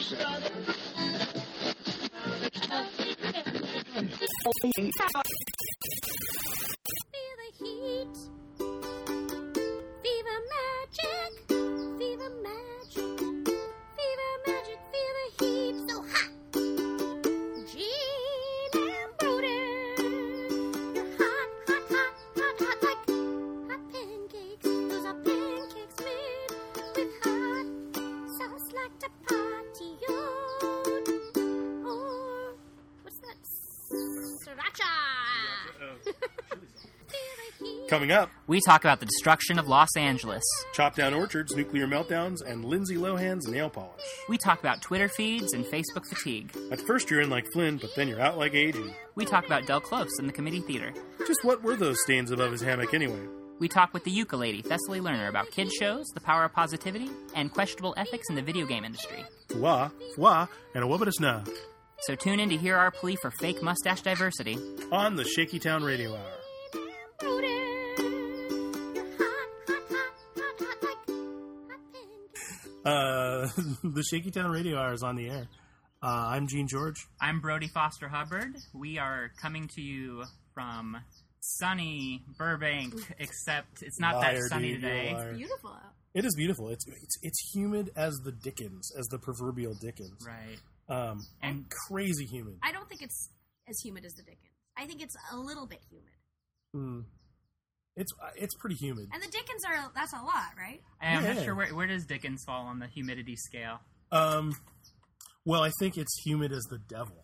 set. Feel the heat. Fever magic. Fever magic. Fever magic. Feel the heat. So hot. Gene and Broden. You're hot, hot, hot, hot, hot like hot pancakes. Those are pancakes made with hot sauce like the party Or what's that? Sriracha. Feel the heat. Coming up, We talk about the destruction of Los Angeles. chop down orchards, nuclear meltdowns, and Lindsay Lohan's nail polish. We talk about Twitter feeds and Facebook fatigue. At first you're in like Flynn, but then you're out like aging. We talk about Del Close and the Committee Theater. Just what were those stains above his hammock anyway? We talk with the Yuka lady, Thessaly Lerner, about kid shows, the power of positivity, and questionable ethics in the video game industry. Fwa, fwa, and a wobbitishna So tune in to hear our plea for fake mustache diversity. on the Shaky Town Radio Hour. Uh, the Shaky Town Radio Hour is on the air. Uh, I'm Gene George. I'm Brody Foster Hubbard. We are coming to you from sunny Burbank, except it's not that Liar, sunny dude, you're a today. liar. Beautiful out. It is beautiful. It's, it's it's humid as the Dickens, as the proverbial Dickens. Right. Um, And crazy humid. I don't think it's as humid as the Dickens. I think it's a little bit humid. Mm. It's uh, it's pretty humid. And the Dickens are that's a lot, right? I'm Yeah. not sure where, where does Dickens fall on the humidity scale. Um, well, I think it's humid as the devil. And-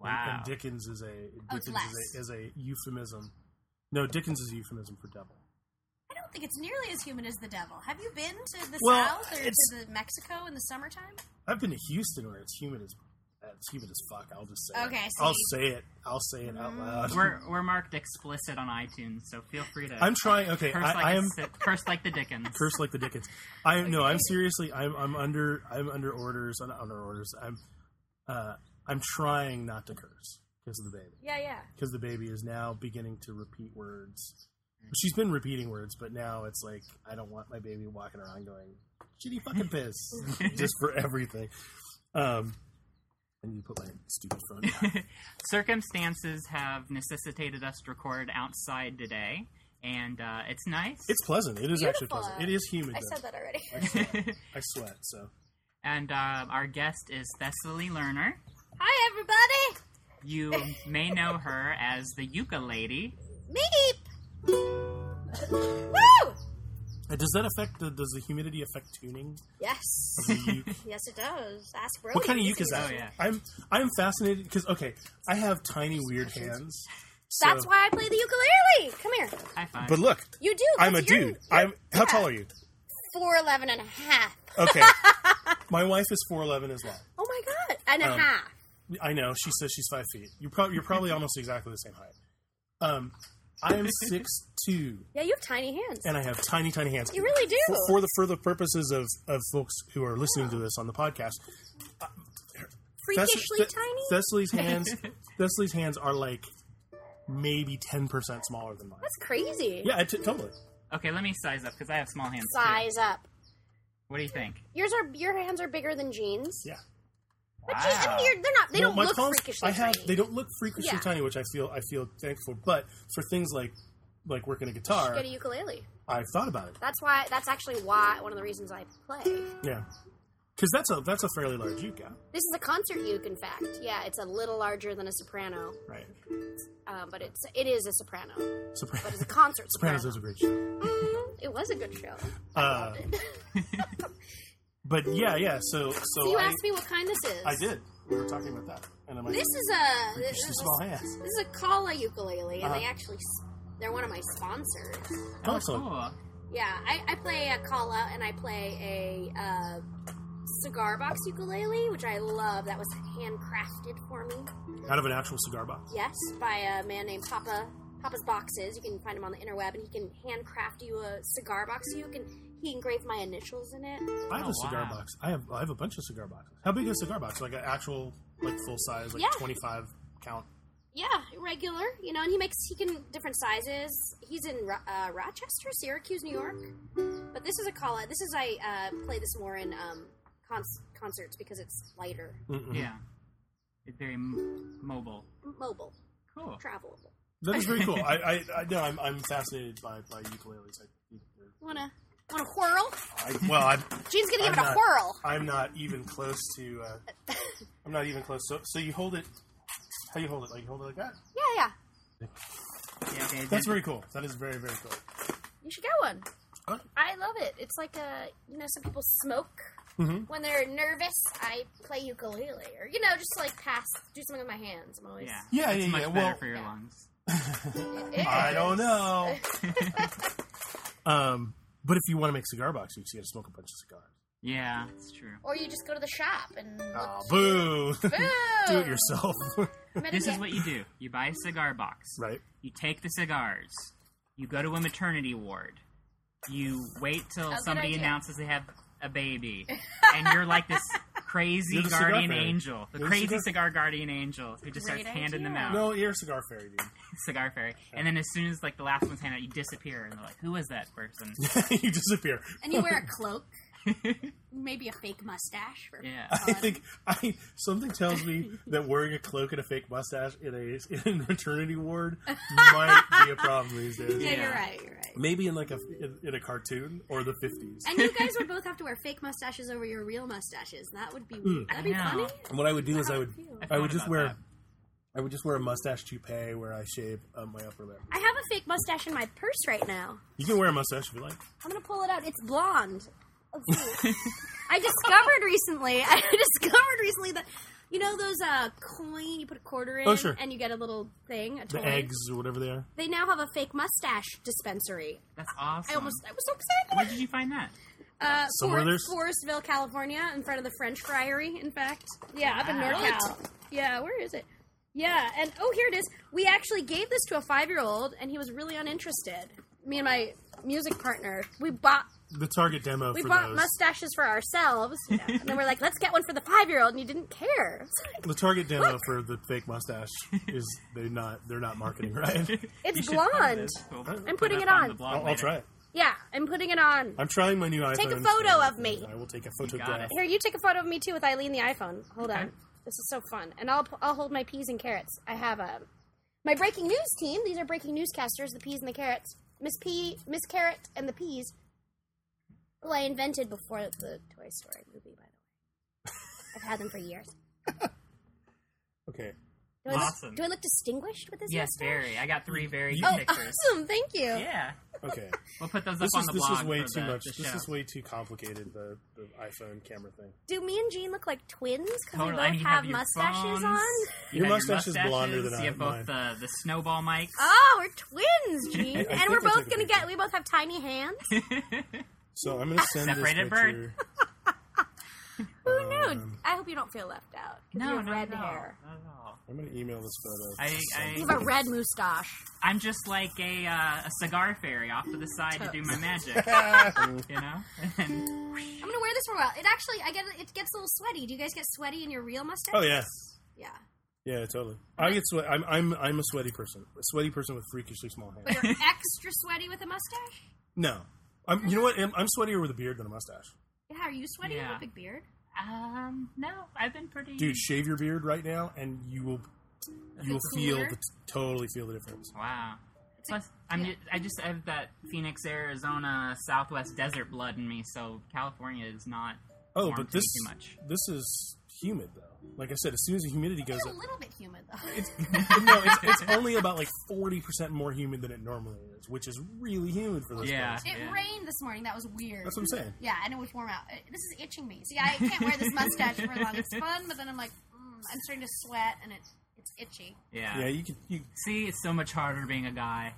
Wow. And Dickens is a Oh, it's Dickens is, less. a, is a euphemism. No, Dickens is a euphemism for devil. I don't think it's nearly as humid as the devil. Have you been to the Well, South or it's- to the Mexico in the summertime? I've been to Houston where it's humid as it's humid as fuck. I'll just say. Okay, I it. see. I'll say it. I'll say it out loud. we're we're marked explicit on iTunes, so feel free to I'm trying. Okay, curse, I, like I a am si- curse like the Dickens. curse like the Dickens. I no, I'm seriously. I'm I'm under I'm under orders. I'm not under orders. I'm uh I'm trying not to curse because of the baby. Yeah, yeah. because the baby is now beginning to repeat words. She's been repeating words, but now it's like I don't want my baby walking around going shitty fucking piss just for everything. Um, and you put my stupid phone. down. Circumstances have necessitated us to record outside today, and uh, it's nice. It's pleasant. It is actually Beautiful. pleasant. It is humid. I though. said that already. I sweat. I sweat. So and uh, our guest is Thessaly Lerner. Hi, everybody. You may know her as the Yuka Lady. Meep. Woo! Uh, does that affect the? Does the humidity affect tuning? Yes. of the uke? yes, it does. Ask Brody. what kind of uke is that? Oh, yeah. I'm I'm fascinated because okay, I have tiny weird hands. so- That's why I play the ukulele. Come here. High five. But look, You do. I'm a that's- you're- dude. I'm how tall are you? 4'11 and a half. Okay. My wife is four eleven as well. Oh my god. And a Um, half. I know she says she's five feet. You're probably you're probably almost exactly the same height. Um, I am six two, Yeah, you have tiny hands. and I have tiny tiny hands. You really do. For, for the for the purposes of of folks who are listening to this on the podcast, uh, Freakishly Thess- tiny. Thessaly's hands Thessaly's hands are like maybe ten percent smaller than mine. That's crazy. Yeah, I t- totally. okay, let me size up because I have small hands. too. Size up. What do you think? Yours are your hands are bigger than jeans. Yeah. But jeans, I mean, you're, they're not. They Well, don't my look palms- freakishly I have tiny. they don't look freakishly Yeah. tiny, which I feel I feel thankful. But for things like like working a guitar, Get a ukulele. I've thought about it. That's why. That's actually why one of the reasons I play. Yeah, because that's a that's a fairly large yuka, This is a concert uke, in fact. Yeah, it's a little larger than a soprano, right? um, but it's it is a soprano. Sopran- But it's a concert soprano. Sopranos is a great show. Mhm. It was a good show. Uh, Um, but yeah, yeah. So So so you I, asked me what kind this is. I did. We were talking about that, and I'm like, This is a freakishly this is small a, hands. this is a Kala ukulele, and Uh-huh. they actually s- they're one of my sponsors. Oh, Awesome. cool. Yeah, I, I play a Kala and I play a uh, cigar box ukulele, which I love. That was handcrafted for me. out of an actual cigar box. Yes, by a man named Papa. Papa's boxes. You can find him on the interweb, and he can handcraft you a cigar box. You can he engraved my initials in it. I have Oh, a cigar wow. box. I have I have a bunch of cigar boxes. How big is a cigar box? Like an actual like full size, like Yeah. 25 count. Yeah, regular. You know, and he makes he can different sizes. He's in Ro- uh, Rochester, Syracuse, New York. But this is a call. This is I uh, play this more in um, cons- concerts because it's lighter, Mm-mm. Yeah. It's very m- mobile. mobile, Cool. travelable. That is very cool. I, I, I no, I'm, I'm fascinated by, by ukuleles. I, think they're- Wanna wanna whirl? I, well, I'm, Gene's gonna give it I'm a not- whirl. I'm not even close to. Uh, I'm not even close. So, so you hold it. How you hold it? Like you hold it like that. Yeah, yeah. Yeah, okay, That's that's very cool. That is very very cool. You should get one. Huh? I love it. It's like a you know some people smoke Mm-hmm. when they're nervous. I play ukulele or you know just like pass do something with my hands. I'm always yeah. Yeah, Uh, It's yeah, much yeah, better well- for your Yeah. lungs. It I is. don't know. um, but if you want to make cigar box you got to smoke a bunch of cigars. Yeah, it's true. Or you just go to the shop and look. Oh, boo! Do it Boo! yourself, I'm gonna This is get- what you do. You buy a cigar box. right? You take the cigars. You go to a maternity ward. You wait till Oh, good somebody idea. announces they have a baby, and you're like this crazy You're the cigar guardian fairy. angel, the You're the crazy cigar- cigar... guardian angel who just starts Great handing them idea. out. No, you're a cigar fairy, Cigar fairy. And then as soon as like the last one's handed out, you disappear, and they're like, "Who was that person?" dude. you disappear. And you wear a cloak. Maybe a fake mustache. For Yeah. I think I something tells me that wearing a cloak and a fake mustache in a in a maternity ward might be a problem these days. Yeah, Yeah. you're right. You're right. Maybe in like a in, in a cartoon or the fifties. And you guys would both have to wear fake mustaches over your real mustaches. That would be weird. that'd be I know. funny. And what Hmm. I would do is I would I've I would thought just about wear that. I would just wear a mustache toupee where I shave uh, my upper lip. I have a fake mustache in my purse right now. You can wear a mustache if you like. I'm gonna pull it out. It's blonde. Let's see. I discovered recently. I discovered recently that you know those uh, coin you put a quarter in Oh, sure. and you get a little thing. A The toy? eggs or whatever they are. They now have a fake mustache dispensary. That's awesome. I almost I was so excited. Where did you find that? Uh, Somewhere Forest, there's- Forestville, California, in front of the French Friary. In fact, yeah, up in Wow. NorCal. Yeah, where is it? Yeah, and oh, here it is. We actually gave this to a five-year-old, and he was really uninterested. Me and my music partner, we bought The Target demo we for bought those. mustaches for ourselves, you know, and then we're like, let's get one for the five-year-old, and he didn't care. the Target demo for the fake mustache is they not they're not marketing right. You It's should film blonde. this. We'll put I'm putting up it on. on. the blog I'll, I'll later. try it. Yeah, I'm putting it on. I'm trying my new iPhone. Take a photo of me. I will take a got photograph. it. Here, you take a photo of me too with Eileen the iPhone. Hold Okay. on, this is so fun, and I'll I'll hold my peas and carrots. I have um my breaking news team. These are breaking newscasters: the peas and the carrots. Miss P, Miss Carrot, and the peas, who I invented before the Toy Story movie. By the way, I've had them for years. Okay. Do I look, Awesome. do I look distinguished with this? Yes, mustache? very. I got three very good Oh, pictures. awesome! Thank you. Yeah. Okay. We'll put those uh, this up is on the this blog. is way for too the, much. The this show. is way too complicated. The, the iPhone camera thing. Do me and Jean look like twins because Totally. we I both mean, you have your mustaches phones, on? you Your have mustache is blonder than mustaches, You have I- both the, the snowball mics. Oh, we're twins, Jean, I and think we're both we'll take a gonna picture. get. We both have tiny hands. So I'm gonna send Separated this bird. picture. Who knew? I hope you don't feel left out. you no, have no, red no, hair. not at all. I'm gonna email this photo. I- to I- You somebody. have a red moustache. I'm just like a uh, a cigar fairy off to the side to do my magic. you know, and I'm gonna wear this for a while. It actually, I get it gets a little sweaty. Do you guys get sweaty in your real mustache? oh yes. Yeah. Yeah, totally. I get sweat. I'm I'm I'm a sweaty person. A sweaty person with freakishly small hands. You're extra sweaty with a mustache. No, I'm. You know what? I'm, I'm sweatier with a beard than a mustache. Yeah. Are you sweaty with Yeah. a big beard? um, no, I've been pretty. Dude, shave your beard right now, and you will you will feel cooler? the, totally feel the difference. Wow. Plus, I'm just, I just have that Phoenix, Arizona, Southwest desert blood in me, so California is not. Oh, warm but to me this too much. this is humid though. Like I said, as soon as the humidity goes It's a up, little bit humid though. no, it's, it's only about like forty percent more humid than it normally is, which is really humid for this Yeah. place. It Yeah. rained this morning. That was weird. That's what I'm saying. Yeah, and it was warm out. Uh, This is itching me. See, I can't wear this mustache for long. It's fun, but then I'm like, mm, I'm starting to sweat, and it, it's itchy. Yeah. Yeah, you could. You, See, it's so much harder being a guy.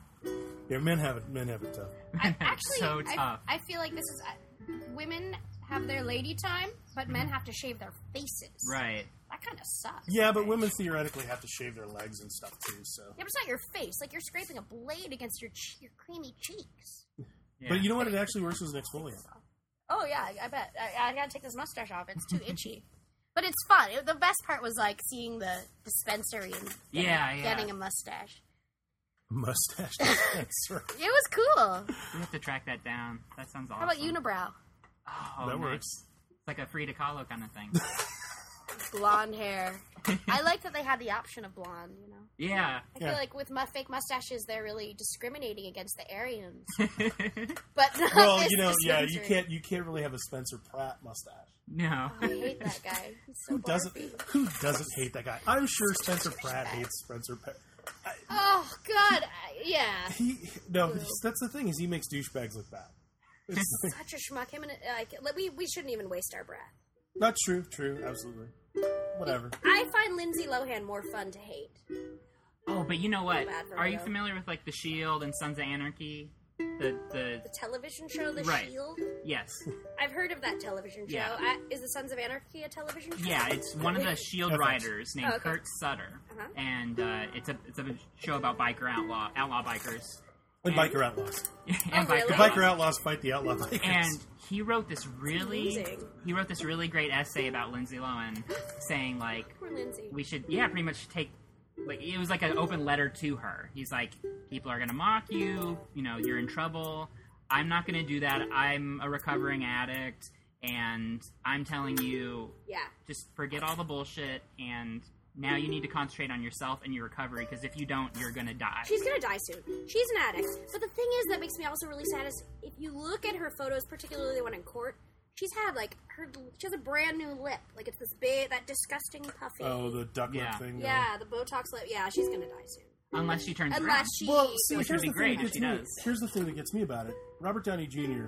yeah, men have it. Men have it tough. I, It's actually, so I, tough. I feel like this is I, women have their lady time, but men have to shave their faces. Right. That kind of sucks. Yeah, but women theoretically have to shave their legs and stuff too. So, Yeah, but it's not your face. Like you're scraping a blade against your ch- your creamy cheeks. Yeah. but you know what? It actually works as an exfoliant. Oh yeah, I, I bet. I, I gotta take this mustache off. It's too itchy. But it's fun. It, the best part was like seeing the dispensary and getting, Yeah, yeah. getting a mustache. Mustache. That's right. It was cool. we have to track that down. That sounds awesome. How about unibrow? Oh, that nice. works. like a Frida Kahlo kind of thing. Blonde hair. I like that they had the option of blonde. You know, yeah. I Yeah. feel like with mu- fake mustaches, they're really discriminating against the Aryans. But not Well, this you know, yeah, you dispensary. can't you can't really have a Spencer Pratt mustache. no. I hate that guy. He's so Who doesn't barfy. who doesn't hate that guy? I'm sure Spencer Pratt hates Spencer Pratt. Oh God, I- yeah. He no, he's- that's the thing is he makes douchebags look bad. It's like- Such a schmuck. Him and uh, like let- we we shouldn't even waste our breath. not true, true, absolutely. Whatever. I find Lindsay Lohan more fun to hate. Oh, but you know what? Bad for Are you Leo. familiar with like The Shield and Sons of Anarchy? The the The television show The Right. Shield. yes, I've heard of that television show. Yeah. I, is the Sons of Anarchy a television show? yeah, it's one of the Shield Okay. writers named Oh, okay. Kurt Sutter, Uh-huh. and uh, it's a it's a show about biker outlaw outlaw bikers And And- biker outlaws. and Oh, really? The biker outlaws fight the outlaw bikers. and he wrote this really Amazing. he wrote this really great essay about Lindsay Lohan, saying like Poor Lindsay. we should yeah pretty much take like it was like an open letter to her he's like people are gonna mock you you know you're in trouble i'm not gonna do that i'm a recovering addict and i'm telling you yeah. just forget all the bullshit and now you need to concentrate on yourself and your recovery because if you don't you're gonna die She's gonna die soon. She's an addict. But the thing is that makes me also really sad is if you look at her photos, particularly the one in court, she's had like her she has a brand new lip. Like it's this big that disgusting puffy. oh, the duck lip Yeah. thing. no. yeah, the Botox lip. Yeah, she's gonna die soon. unless she turns around Unless she Well, see, Which would here's be the great thing if that gets she me. does. Here's the thing that gets me about it. Robert Downey Jr.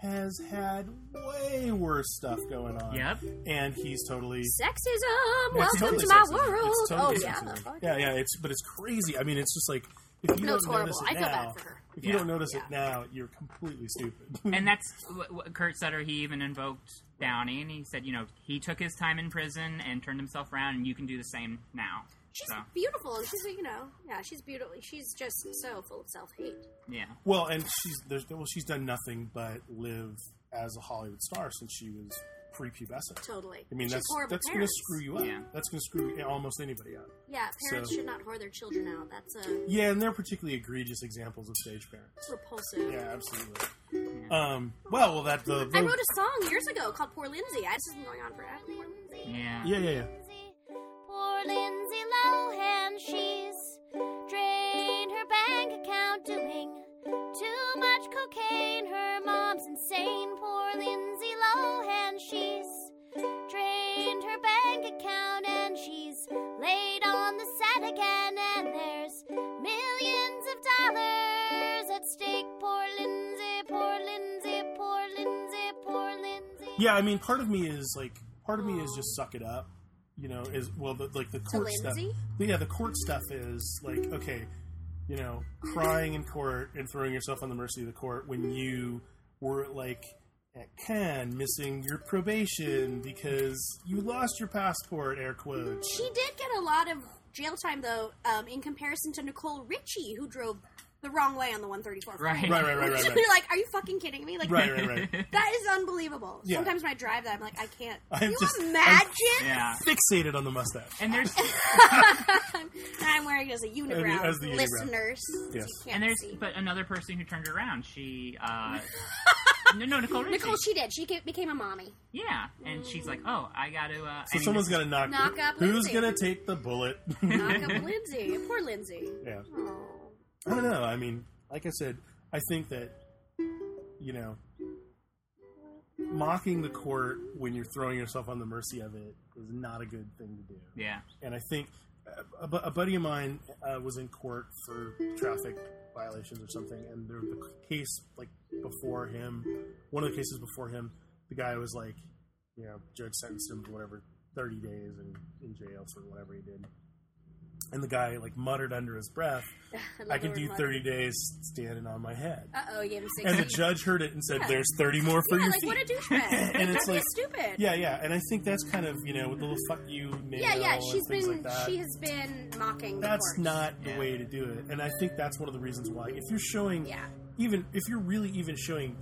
has had way worse stuff going on. yep And he's totally sexism. It's Welcome totally to my sexism. world. It's totally oh yeah. sexism. Fuck. yeah, yeah. It's but it's crazy. I mean, it's just like if you No, don't it's horrible. notice I it feel now, bad for her. if Yeah. you don't notice it now, you're completely stupid. and that's what, what Kurt Sutter. He even invoked Downey, and he said, you know, he took his time in prison and turned himself around, and you can do the same now. She's So beautiful, and she's you know, yeah, she's beautiful. She's just so full of self hate. yeah, well, and she's there's well, she's done nothing but live as a Hollywood star since she was prepubescent. Totally. I mean, she's that's horrible that's parents. gonna screw you up. Yeah. That's gonna screw almost anybody up. Yeah, parents so- should not whore their children out. That's a Yeah, and they're particularly egregious examples of stage parents. repulsive. Yeah, absolutely. Um, well, well, that the, I wrote a song years ago called "Poor Lindsay." I just been going on forever. Poor Lindsay. yeah. yeah, yeah, yeah. Poor Lindsay Lohan, she's drained her bank account doing too much cocaine. Her mom's insane. Poor Lindsay Lohan, she's drained her bank account and she's laid on the set again. And there's millions of dollars at stake. Poor Lindsay, poor Lindsay, poor Lindsay, poor Lindsay. Yeah, I mean, part of me is like, part of me is just suck it up. You know, is well, the, like the court stuff. Lindsay? But yeah, the court stuff is like, okay, you know, crying in court and throwing yourself on the mercy of the court when you were like at Cannes missing your probation because you lost your passport. Air quotes. She did get a lot of jail time though, um, in comparison to Nicole Richie, who drove the wrong way on the 134. Right. Right, right, right, right, right, You're like, are you fucking kidding me? Like, right, right, right. that is unbelievable. Yeah. Sometimes when I drive that, I'm like, I can't. I'm you just- I'm- imagine? Yeah. Fixated on the mustache. And there's And I'm wearing it as a unibrow. as the unibrow. listeners, so Yes. you can't and there's see. but another person who turned around. She uh no no Nicole Richie. Nicole, she did. She ca- became a mommy. yeah, and she's like, oh, I got to. Uh, So someone's gonna knock. Knock up Who's Lindsay. gonna take the bullet? Knock up Lindsay. Poor Lindsay. yeah. Oh. I don't know. I mean, like I said, I think that you know, mocking the court when you're throwing yourself on the mercy of it is not a good thing to do. yeah And I think uh, a, a bu- a buddy of mine uh, was in court for traffic violations or something, and there was a case like before him. One of the cases before him, the guy was like, you know, judge sentenced him to whatever thirty days in, in jail for whatever he did. And the guy like muttered under his breath, I can do 30 days standing on my head. Uh oh, you gave him six. And the judge heard it and said, Yeah. there's 30 more for yeah, your like feet. what a douchebag. and it's That's like, stupid. yeah, yeah. And I think that's kind of, you know, with the little fuck you nail yeah, yeah. and She's things been like that. she has been mocking. the that's court. not the Yeah. way to do it. And I think that's one of the reasons why if you're showing, Yeah. even if you're really even showing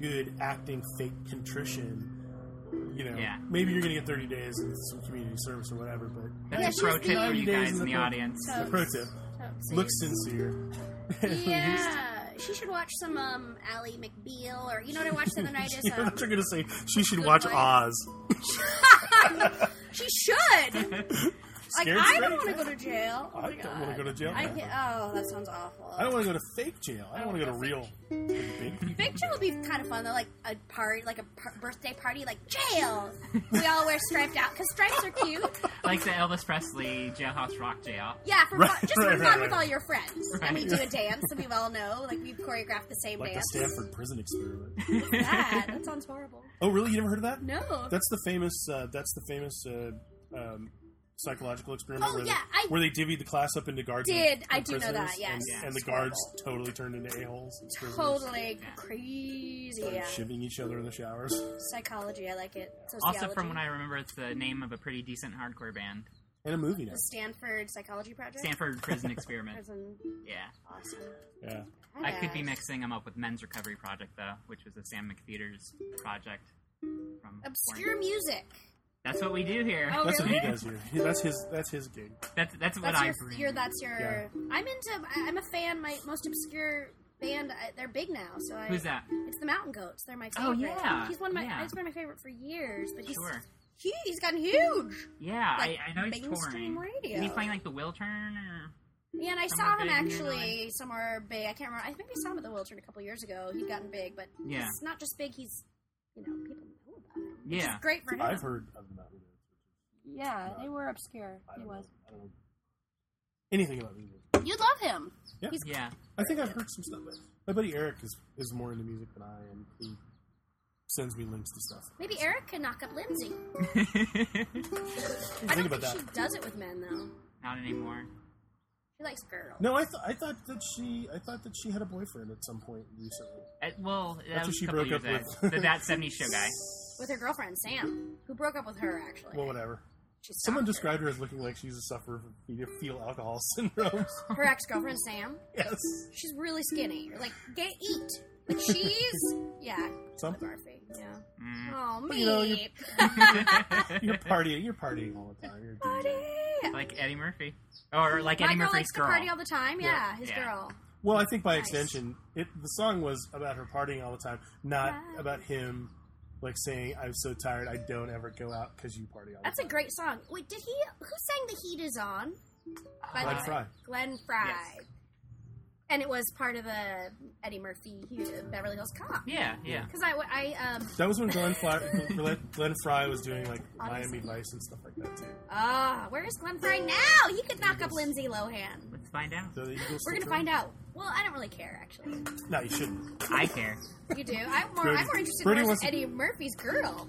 good acting, fake contrition, you know, Yeah. maybe you're going to get 30 days and some community service or whatever, but that's Yeah, a she pro was tip for 90 you days guys in in the the court. audience. the pro tip, Oh, so look you- sincere. Yeah, She should watch some um, Ally McBeal, or you know what I watched the other night is You know um, what you're gonna say? She should Good watch Life. Oz. she should. like Scared I straight. don't want to go to jail. Oh, I my don't wanna God. go to jail. I can't, oh, that sounds awful. I don't want to go to fake jail. I don't want to go to real like, big people. Big jail would be kind of fun though, like a party, like a par- birthday party, like jail. we all wear striped out because stripes are cute. Like the Elvis Presley Jailhouse Rock Jail. Yeah, for Right, fun, just right, for fun right, with right. all your friends, and we do a dance, and we all know, like we've choreographed the same like the dance. Stanford Prison Experiment. That, that sounds horrible. Oh, really? You never heard of that? No. That's the famous. Uh, that's the famous uh, um, psychological experiment Oh, where, yeah, they, I- where they divvied the class up into guards. Did- and, I and do know prisoners, that, yes. and, Yeah. and the It's guards horrible. totally turned into a holes. Totally crazy. Yeah. shivving each other in the showers. Psychology, I like it. Sociology. Also, from what I remember, it's the name of a pretty decent hardcore band. And a movie now. the Stanford Psychology Project. Stanford Prison Experiment. Prison. Yeah. Awesome. Yeah. I could be Yeah. mixing them up with Men's Recovery Project, though, which was a Sam McPheeters project. From Obscure music. That's what we do here. Oh, That's really? what he does here. He- That's his. That's his gig. That's that's what That's I your, bring. your. That's your. Yeah. I'm into. I- I'm a fan. My most obscure band. I, they're big now. So I, Who's that? It's the Mountain Goats. They're my favorite. Oh, yeah. He's one of my. Yeah. He's been my favorite for years. But he's Sure. he, he's gotten huge. Yeah, Like, I, I know he's touring. mainstream radio. Is he playing like the Will Turn? Or... Yeah, and I Somewhere saw him big in your actually somewhere big. I can't remember. I think we saw him at the Wiltern a couple years ago. He'd gotten big, but Yeah. he's not just big. He's you know people know about him. which is Yeah. great for him. I've heard of the Mountain Goats. Yeah, they were obscure. I He don't know. was. I don't know anything about music. You'd love him. Yeah. I think I've heard some stuff. But my buddy Eric is is more into music than I am. He sends me links to stuff. Maybe Eric can knock up Lindsay. Think I don't about think that. she does it with men though. Not anymore. She likes girls. No, I, th- I thought that she I thought that she had a boyfriend at some point recently. Uh, well, that That's was who she a couple broke years up ago. with. the That 70s Show guy. With her girlfriend Sam, who broke up with her actually. Well, whatever. She stopped Someone her. described her as looking like she's a sufferer from fe- fetal alcohol syndrome. her ex girlfriend Sam. yes, She's really skinny. You're like, get eat. Like she's yeah. something. Barfy. Yeah. Mm. Oh But, me. you know, you're- You're partying. You're partying all the time. You're doing that. like Eddie Murphy. Or like Eddie Michael Murphy's likes to girl. party all the time. Yeah, Yeah. his Yeah. girl. Well, I think by Nice. extension, it the song was about her partying all the time, not Right. about him like saying, "I'm so tired, I don't ever go out because you party all That's the a time." great song. Wait, did he? Who sang "The Heat Is On"? By Glenn the way? Fry. Glenn Fry. Yes. And it was part of the Eddie Murphy uh, Beverly Hills Cop. Yeah, yeah. Because I, I, um, That was when Glenn Fry, Glenn- Glenn Fry was doing like Miami Honestly. Vice and stuff like that too. ah, where is Glenn Fry now? He could knock up Lindsay Lohan. Let's find out. So the Eagles We're still gonna find out. Well, I don't really care actually. turn- No, you shouldn't. I care. You do. I'm more. Brody- I'm more interested Brody in wants to- Eddie Murphy's girl.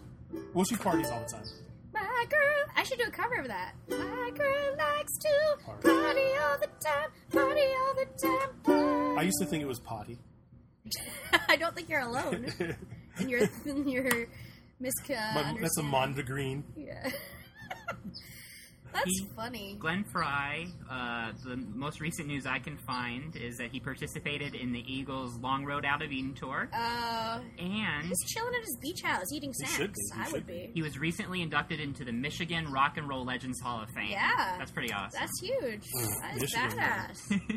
Well, she parties all the time. My girl, I should do a cover of that. My girl likes to Party. party all the time, party all the time. I used to think it was potty. I don't think you're alone in your in your But misconception. that's a Monda Green. Yeah. That's He- funny. Glenn Fry, uh, the most recent news I can find is that he participated in the Eagles' Long Road Out of Eden tour, Uh, and he's chilling at his beach house eating He snacks. should be, he I would should be. he was recently inducted into the Michigan Rock and Roll Legends Hall of Fame. Yeah. That's pretty awesome. That's huge. Mm, That is Michigan, man.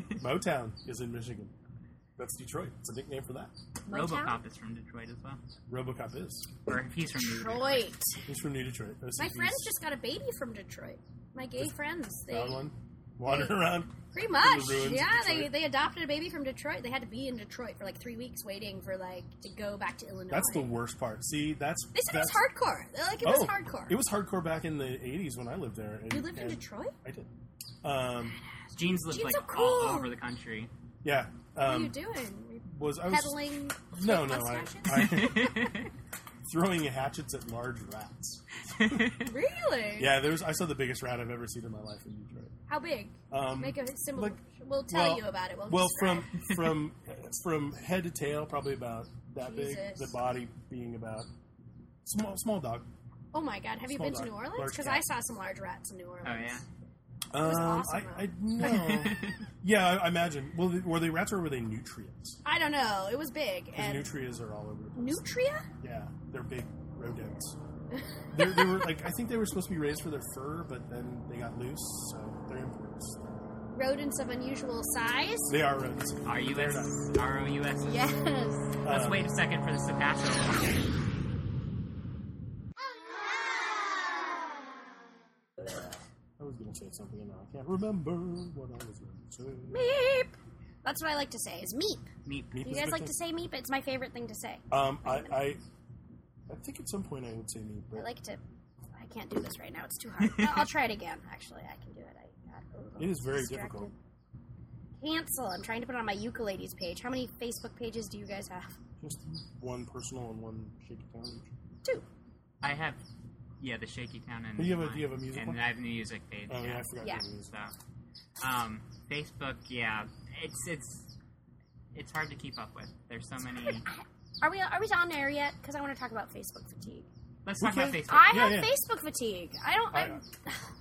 badass. Motown is in Michigan. That's Detroit. It's a nickname for that. Motown? Robocop is from Detroit as well. RoboCop is. Or if he's from New York. Detroit. He's from New Detroit. My OCP's friends just got a baby from Detroit. My gay friends. They found one. Wandering around. Pretty much, the ruins of yeah. They Detroit. they adopted a baby from Detroit. They had to be in Detroit for like three weeks, waiting for like to go back to Illinois. That's the worst part. See, that's They said it that's Oh, was hardcore. They're like it was hardcore. It was hardcore back in the '80s when I lived there. And, you lived in and Detroit. I did. Um, Jeans lives Jeans like are cool. all over the country. yeah. what are you Um, doing? Were you was I was Peddling? no, no, fake I, I mustaches? throwing hatchets at large rats. really? Yeah, there was. I saw the biggest rat I've ever seen in my life in Detroit. How big? Um, Make a symbol. like- we'll tell well- you about it. We'll, well, describe from from from head to tail, probably about that big. Jesus. The body being about small small dog. it. Oh my God! Have you small been to dog, New Orleans? large Because cat. I saw some large rats in New Orleans. Oh yeah. Um, awesome, I, I no. Oh. yeah, I, I imagine. Well, they- were they rats or were they nutrients? I don't know. It was big Because and nutrients are all over the place. nutria. Yeah, they're big rodents. they they were like I think they were supposed to be raised for their fur, but then they got loose, so they're imports. rodents of unusual size. They are rodents. R U S R O U S. Yes. Let's Um, wait a second for this to pass over. I was going to say something, and now I can't remember what I was going to say. Meep. That's what I like to say is meep. Meep. Meep You is guys good like too. to say meep? It's my favorite thing to say. Um, I, I, I think at some point I would say meep, I but like to. I can't do this right now. It's too hard. I'll, I'll try it again. Actually, I can do it. I got a little it is very distracted. difficult. Cancel. I'm trying to put it on my ukuleles page. How many Facebook pages do you guys have? Just one personal and one shaky Oh, town. each. Two. I have, yeah, the Shaky Town and Do you have a- mine. do you have a music and one? I have a music page. Oh yeah, yeah. I forgot. Yeah. to use So, um, Facebook, yeah, it's it's it's hard to keep up with. There's so many. Are we are we on air yet? Because I want to talk about Facebook fatigue. Let's We talk about can- Facebook. I Yeah, have yeah. Facebook fatigue. I don't. I,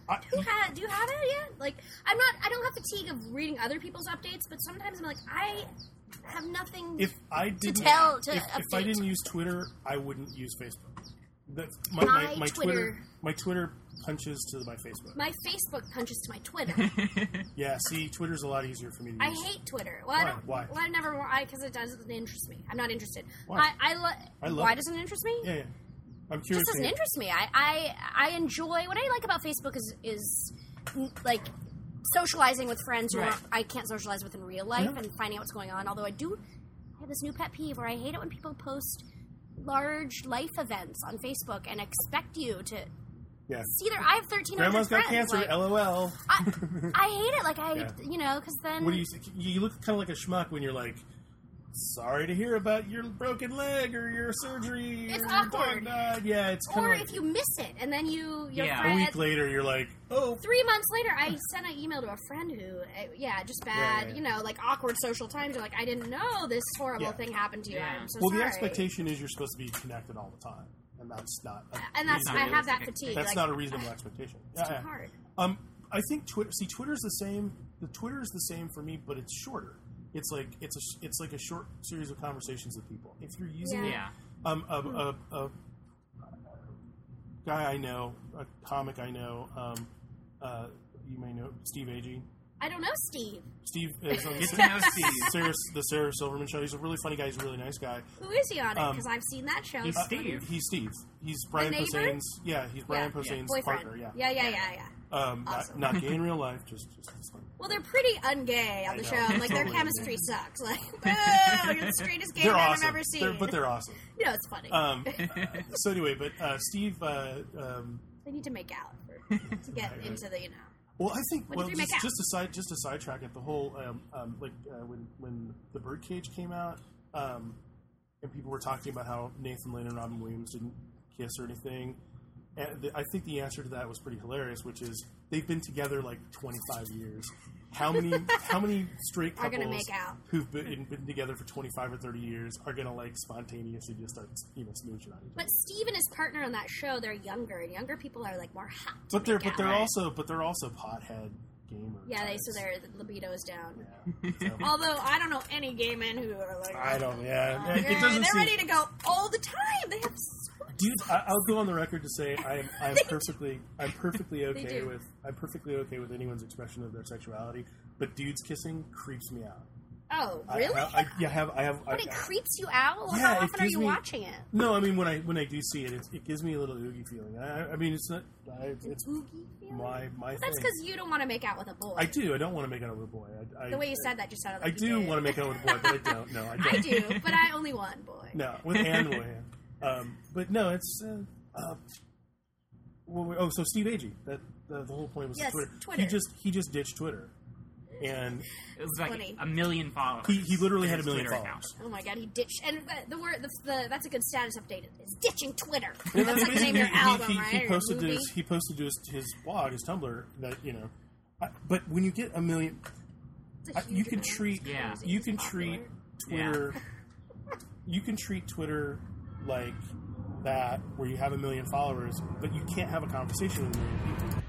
I, who ha do you have it yet? Like, I'm not. I don't have fatigue of reading other people's updates, but sometimes I'm like, I have nothing. if I didn't, tell- to if, if I update. didn't use Twitter, I wouldn't use Facebook. That's my, my, My my Twitter. Twitter- My Twitter punches to my Facebook. my Facebook punches to my Twitter. yeah, see, Twitter's a lot easier for me to I use. hate Twitter. Well, I Why? don't. Why? Well, I never. wa- I because it doesn't interest me. I'm not interested. Why? I I, lo- I love Why it. doesn't it interest me? yeah, yeah. I'm It curious. just doesn't to- interest me. I, I I enjoy what I like about Facebook is is mm, like socializing with friends who Right. are, I can't socialize with in real life Yeah. and finding out what's going on. Although I do I have this new pet peeve where I hate it when people post large life events on Facebook and expect you to Yeah. see their. I have thirteen. Grandma's got friends. cancer. Like, LOL. I, I hate it. Like I Yeah. you know because then What do you? You look kind of like a schmuck when you're like, "Sorry to hear about your broken leg or your surgery." It's or your awkward. dog died." Yeah, it's kind or of like if you miss it and then you your Yeah. a friend, week later you're like, "Oh, three months later, I sent an email to a friend who, uh, yeah, just bad, Yeah, yeah, you know, like awkward social times. You're like, I didn't know this horrible Yeah. thing happened to you. Yeah. I'm so well." sorry. The expectation is you're supposed to be connected all the time, and that's not. A, and that's Not I have that realistic. fatigue. that's like, not a reasonable expectation. it's too Yeah, yeah. hard. Um, I think Twitter. See, Twitter's the same. The Twitter is the same for me, but it's shorter. It's like it's a it's like a short series of conversations with people. If you're using yeah, um, a, a, a guy I know, a comic I know, um, uh, you may know Steve Agee. I don't know, Steve. Steve is on the get to Sarah, know Steve. the Sarah Silverman show. He's a really funny guy. He's a really nice guy. Who is he on it? Um, Because I've seen that show. he's It's funny. Steve. He's Steve. He's Brian neighbor? Posehn's. Yeah, he's Brian Yeah, Posehn's Boyfriend. partner. Yeah, yeah, yeah, yeah, yeah. Um, not- Awesome. not, gay in real life. Just, just, just funny. Well, they're pretty ungay on the I know. show. Like their Totally. chemistry sucks. Like, oh, you're the straightest gay they're man awesome. I've ever seen. They're- but they're awesome. you know, it's funny. Um, so anyway, but uh, Steve. Uh, um, they need to make out for, to get Right, right. into the, you know. Well, I think What did well, we just, make out? just to side just to sidetrack it, the whole um, um, like uh, when when the Birdcage came out, um, and people were talking about how Nathan Lane and Robin Williams didn't kiss or anything. And the, I think the answer to that was pretty hilarious, which is they've been together like 25 years. How many how many straight Are couples gonna make out. who've been, been together for 25 or 30 years are going to like spontaneously just start you know smooching on each other? But Steve and his partner on that show, they're younger, and younger people are like more hot. to But they're make but they're out. also but they're also pothead gamer. yeah, they types. so their libido is down. Yeah, so- Although I don't know any gay men who are like, I don't. Yeah, "Oh, it, yeah, it doesn't they're seem. ready to go all the time. They have so much. Dude, I, I'll go on the record to say I'm I'm perfectly I'm perfectly okay do. with I'm perfectly okay with anyone's expression of their sexuality, but dudes kissing creeps me out. Oh, I- really? I, I, yeah, I have I have. I, but it I- creeps you out. Yeah, How it often are gives you me- watching it? no, I mean when I when I do see it, it, it gives me a little oogie feeling. I, I mean it's not. I, it's Oogie feeling? my my. That's thing. because you don't want to make out with a boy. I do. I don't want to make out with a boy. I, I, the way you said that just sounded I like do want to make out with a boy, but I don't. No, I don't. I do, but I only want boy. No, with Anne William. Um, but no, it's. Uh, uh, well, we- oh, so Steve Agee. That the, the whole point was Yes, Twitter. He Twitter. just he just ditched Twitter, and it was like funny. a million followers. he, he literally in had a his million Twitter followers. Oh my god, he ditched. And uh, the word, the, the, that's a good status update. It's ditching Twitter. And That's like the name of he- your he- album, he, right? He Or posted to movie. his, he posted to his, his blog, his Tumblr. That you know, I, but when you get a million, It's a I, you huge can amount. treat Yeah. you can treat Twitter. You can treat Twitter like that, where you have a million followers, but you can't have a conversation with a million people.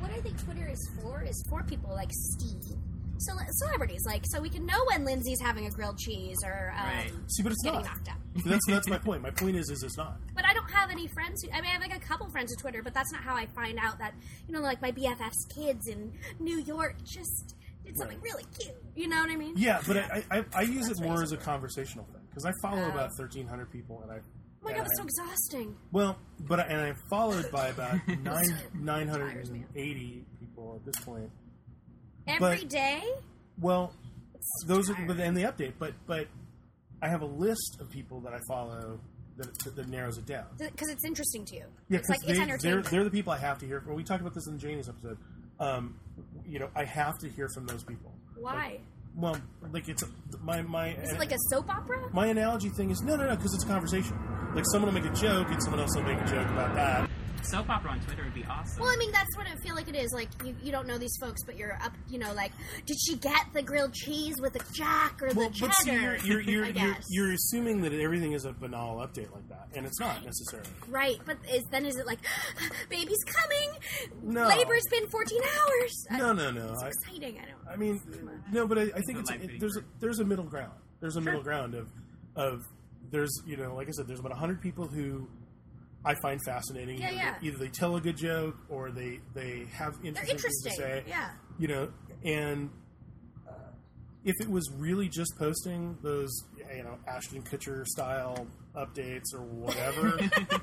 what I think Twitter is for is for people like Steve, so celebrities like so we can know when Lindsay's having a grilled cheese or um, Right. See, but it's getting not. knocked up. that's that's my point. My point is, is it's not. But I don't have any friends. Who, I mean, I have like a couple friends on Twitter, but that's not how I find out that you know, like my BFF's kids in New York just It's something really cute. You know what I mean? Yeah, but I I, I, I use it That's more what as a conversational thing because I follow Oh. about thirteen hundred people, and I Oh my and god, it's I- so exhausting. well, but I, and I'm followed by about nine nine hundred and eighty people at this point. Every But- day? Well, those are tiring. but and the update, but but I have a list of people that I follow that that, that narrows it down. Because it's interesting to you. Yeah, it's like 'cause it's they, they're, entertainment. they're the people I have to hear from. We talked about this in Janie's episode. Um, you know, I have to hear from those people. Why? Well, like it's my my Is it like a soap opera? my analogy thing is no no no because it's a conversation. Like someone will make a joke and someone else will make a joke about that. Soap opera on Twitter would be awesome. Well, I mean, that's what I feel like it is. Like, you, you don't know these folks, but you're up, you know, like, did she get the grilled cheese with the jack or Well, the but see, cheddar? you're you're you're, I you're, guess. you're assuming that everything is a banal update like that, and it's not necessarily. right, but is, then is it like, baby's coming? No. Labor's been 14 hours. I- No no no. I, it's exciting. I don't I mean, no, but I, I think it's, life it, being there's a, there's a middle ground. There's a middle ground of of there's you know, like I said, there's about hundred people who I find fascinating. Yeah, either, yeah. They, either they tell a good joke or they they have interesting, They're things to interesting. say. Yeah. You know, and uh, if it was really just posting those, you know, Ashton Kutcher style updates or whatever,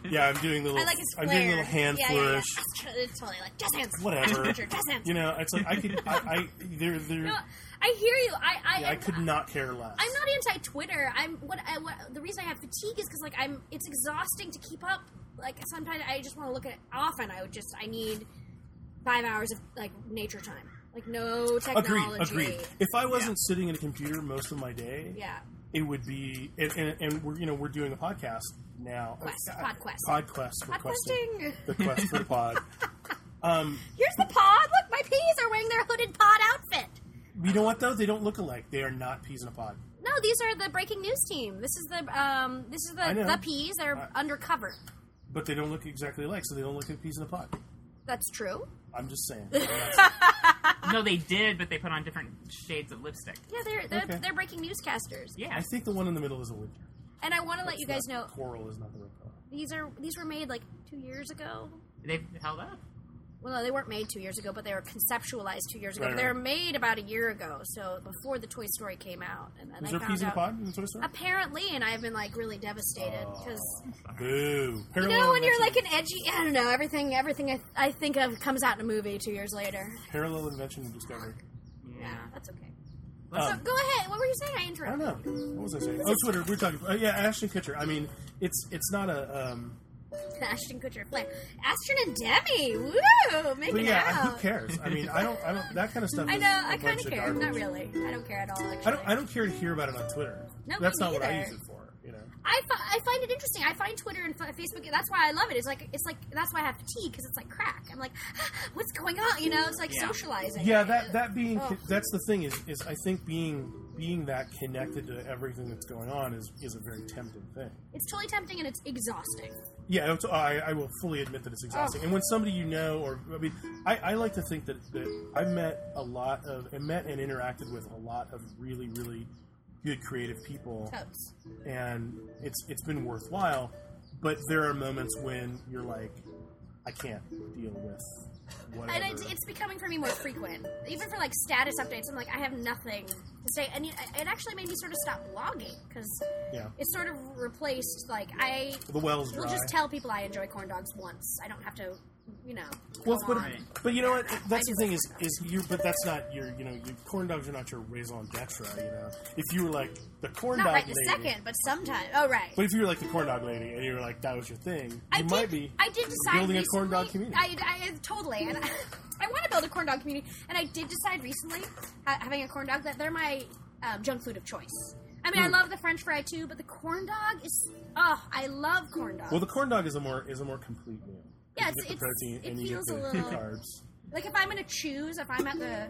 yeah, I'm doing little, I like his I'm flare. doing little hand yeah, flourish, Yeah, yeah. It's, it's totally like, just hands. whatever. Just hands. You know, it's like I could, I, I there, there. No, I hear you. I, I, Yeah, I and could not care less. I'm not anti Twitter. I'm what, I, what the reason I have fatigue is because like I'm it's exhausting to keep up. Like sometimes I just want to look at it. Often I would just I need five hours of like nature time. Like no technology. Agreed. Agreed. If I wasn't sitting at a computer most of my day, Yeah. it would be. And, and, and we're you know we're doing a podcast now. Quest. Uh, Podquest. Podquest. for questing. Podcasting. The quest for the pod. Um, Here's the pod. Look, my peas are wearing their hooded pod outfit. you know what though? They don't look alike. They are not peas in a pod. No, these are the breaking news team. This is the um, this is I know. the the peas. They're I- undercover. But they don't look exactly alike, so they don't look like peas in a pod. That's true. I'm just saying. no, they did, but they put on different shades of lipstick. Yeah, they're they're, Okay. they're breaking newscasters. Yeah, I think the one in the middle is a winter. And I want to let It's you guys know not- coral is not the right color. these are these were made like two years ago. they've held up. Well, no, they weren't made two years ago, but they were conceptualized two years ago. Right, They right. were made about a year ago, so before the Toy Story came out, and then Is I there peas found in a out. pod Oh. in the Toy Story? Apparently, and I've been like really devastated because Boo. you Parallel know when you're like invention- an edgy, I don't know everything. Everything I, I think of comes out in a movie two years later. parallel invention and discovery. Yeah. That's okay. Um, so go ahead. What were you saying? I I don't interrupted. know. What was I saying? Oh, Twitter. We're talking. Uh, yeah, Ashton Kutcher. I mean, it's it's not a. Um, Ashton Kutcher play Ashton and Demi. Woo! Make but it yeah, I- who out. cares? I mean, I don't. I don't. That kind of stuff. I is know. a I kind bunch of care. garbage. Not really. I don't care at all. Actually. I don't. I don't care to hear about it on Twitter. No, that's me not what I neither. use it for. You know. I, fi- I find it interesting. I find Twitter and f- Facebook. That's why I love it. It's like it's like that's why I have fatigue because it's like crack. I'm like, what's going on? You know, it's like Yeah. socializing. Yeah, that that being Ugh. that's the thing is is I think being being that connected to everything that's going on is is a very tempting thing. It's totally tempting and it's exhausting. Yeah, it's, I, I will fully admit that it's exhausting. Oh. And when somebody you know, or I mean, I, I like to think that, that I met a lot of, I met and interacted with a lot of really, really good creative people, Totes. and it's it's been worthwhile. But there are moments when you're like, I can't deal with whatever. And it's, it's becoming for me more frequent. Even for like status updates, I'm like, I have nothing to say. And it it actually made me sort of stop blogging because yeah, it's sort of replaced. Like I the well's will dry. just tell people I enjoy corn dogs once. I don't have to, you know. Well, go but, on. but you know what? That's I the do thing is like is you. But that's not your. You know, your corn dogs are not your raison d'etre. You know, if you were like the corn not dog right the lady, second, but sometimes. Oh right. But if you were like the corn dog lady and you were like that was your thing, you I might did, be. I did decide building a recently, corn dog community. I, I, totally, and I, I want to build a corn dog community. And I did decide recently, ha- having a corn dog, that they're my um, junk food of choice. I Hmm. mean, I love the French fry too, but the corn dog is oh, I love corn dog. well, the corn dog is a more is a more complete meal. Yeah, you it's- get the protein it's- it and you get feels the a little- carbs. like if I'm gonna choose, if I'm at the,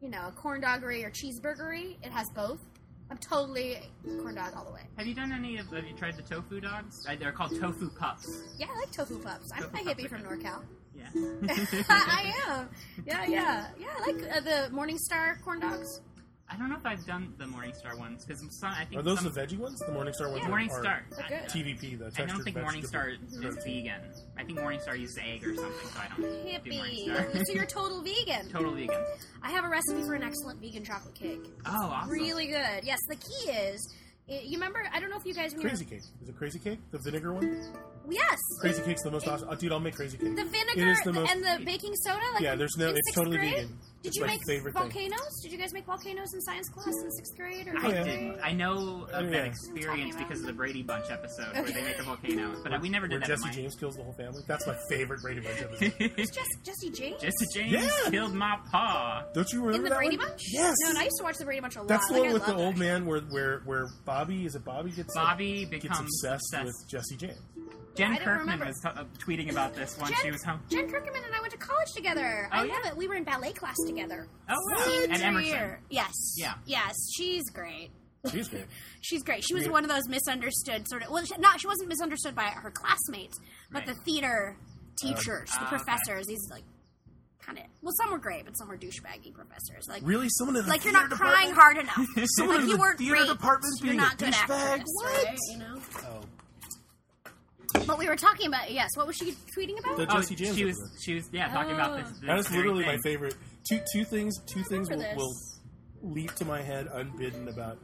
you know, a corn doggery or cheeseburgery, it has both. I'm totally corn dog all the way. Have you done any of? Have you tried the tofu dogs? Uh, They're called tofu pups. Yeah, I like tofu pups. I'm a Tofu pups hippie are from good. NorCal. Yeah. I am. Yeah, yeah, yeah. I like uh, the Morningstar corn dogs. I don't know if I've done the Morningstar ones because I think Are those some, the veggie ones? The Morningstar ones? Yeah, are- Morningstar. are They're I- good. TVP, the I don't textured think vegetable Morningstar is protein. vegan. I think Morningstar uses egg or something, so I don't do Morningstar. Hippie. so you're total vegan. Total vegan. I have a recipe for an excellent vegan chocolate cake. Oh, awesome. Really good. Yes, the key is. i you remember? I don't know if you guys remember. Crazy cake. Is it crazy cake? The vinegar one? Yes. Crazy cake's the most awesome. Oh, dude, I'll make crazy cake. The It vinegar is the most. and the baking soda. Like yeah, there's no. in It's sixth totally grade? vegan. Did It's you my make favorite thing. volcanoes? Did you guys make volcanoes in science class in sixth grade? Or I Oh, yeah. didn't. I know Oh, of yeah. that experience Talking because of the Brady Bunch episode where Okay. they make a volcano, but we never Where did that. in Jesse mine. James kills the whole family. That's my favorite Brady Bunch episode. It's Jesse, Jesse James. Jesse James Yeah. killed my pa. Don't you remember in the that Brady one? Bunch? Yes. No, and I used to watch the Brady Bunch a lot. That's the like, one I with the love that old show. man where where where Bobby is it Bobby gets uh, Bobby gets becomes obsessed, obsessed. with Jesse James. Jen I don't Kirkman remember. was t- uh, tweeting about this once Jen- she was home. Jen Kirkman and I went to college together. Oh, I yeah? love it. We were in ballet class together. Oh, wow. Senior And Emerson. year. Yes. Yeah. Yes. She's great. She's great. She's great. She was Yeah. one of those misunderstood sort of. Well, she, not she wasn't misunderstood by her classmates, Right. but the theater teachers, Ah, Oh, okay. the professors. These like kind of well, some were great, but some were douchebaggy professors. Like Really, someone in the like you're not theater crying department? hard enough. Someone like in you the weren't theater great. department You're being not a good actor. douchebag. Right? You know. Oh. But we were talking about yes. What was she tweeting about? The- Oh, Jesse James she was was with she was yeah talking about Oh. this. That is this very literally my thing. favorite. Two two things two things will, remember will this. leap to my head unbidden about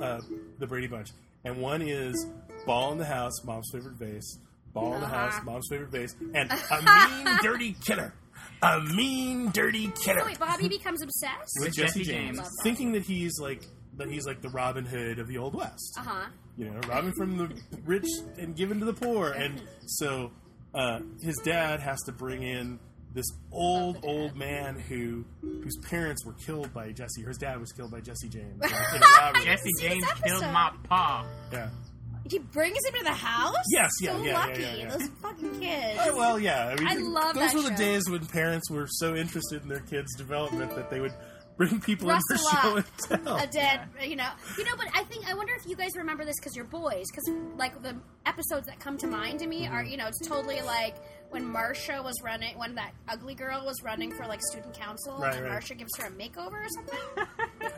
uh, the Brady Bunch, and one is ball in the house, mom's favorite vase. Ball in the Uh-huh. house, mom's favorite vase, and a mean dirty killer, a mean dirty killer oh, wait, Bobby becomes obsessed. with Jesse, James, Love that. thinking that he's like that he's like the Robin Hood of the Old West Uh huh. you know, robbing from the rich and giving to the poor. And so uh, his dad has to bring in this old old man who whose parents were killed by Jesse. Her dad was killed by Jesse James in a robbery. Jesse See this James killed episode. my pa. Yeah. He brings him to the house. Yes, yeah, so yeah, yeah, lucky. yeah, yeah. Those fucking kids. Oh, well, yeah. I mean, I love those that were the show. days when parents were so interested in their kids' development that they would bring people in for show Russell and up. tell. a dead, you know, you know. But I think I wonder if you guys remember this because you're boys. Because like the episodes that come to mind to me are, you know, it's totally like when Marcia was running, when that ugly girl was running for like student council, Right, and right. Marcia gives her a makeover or something,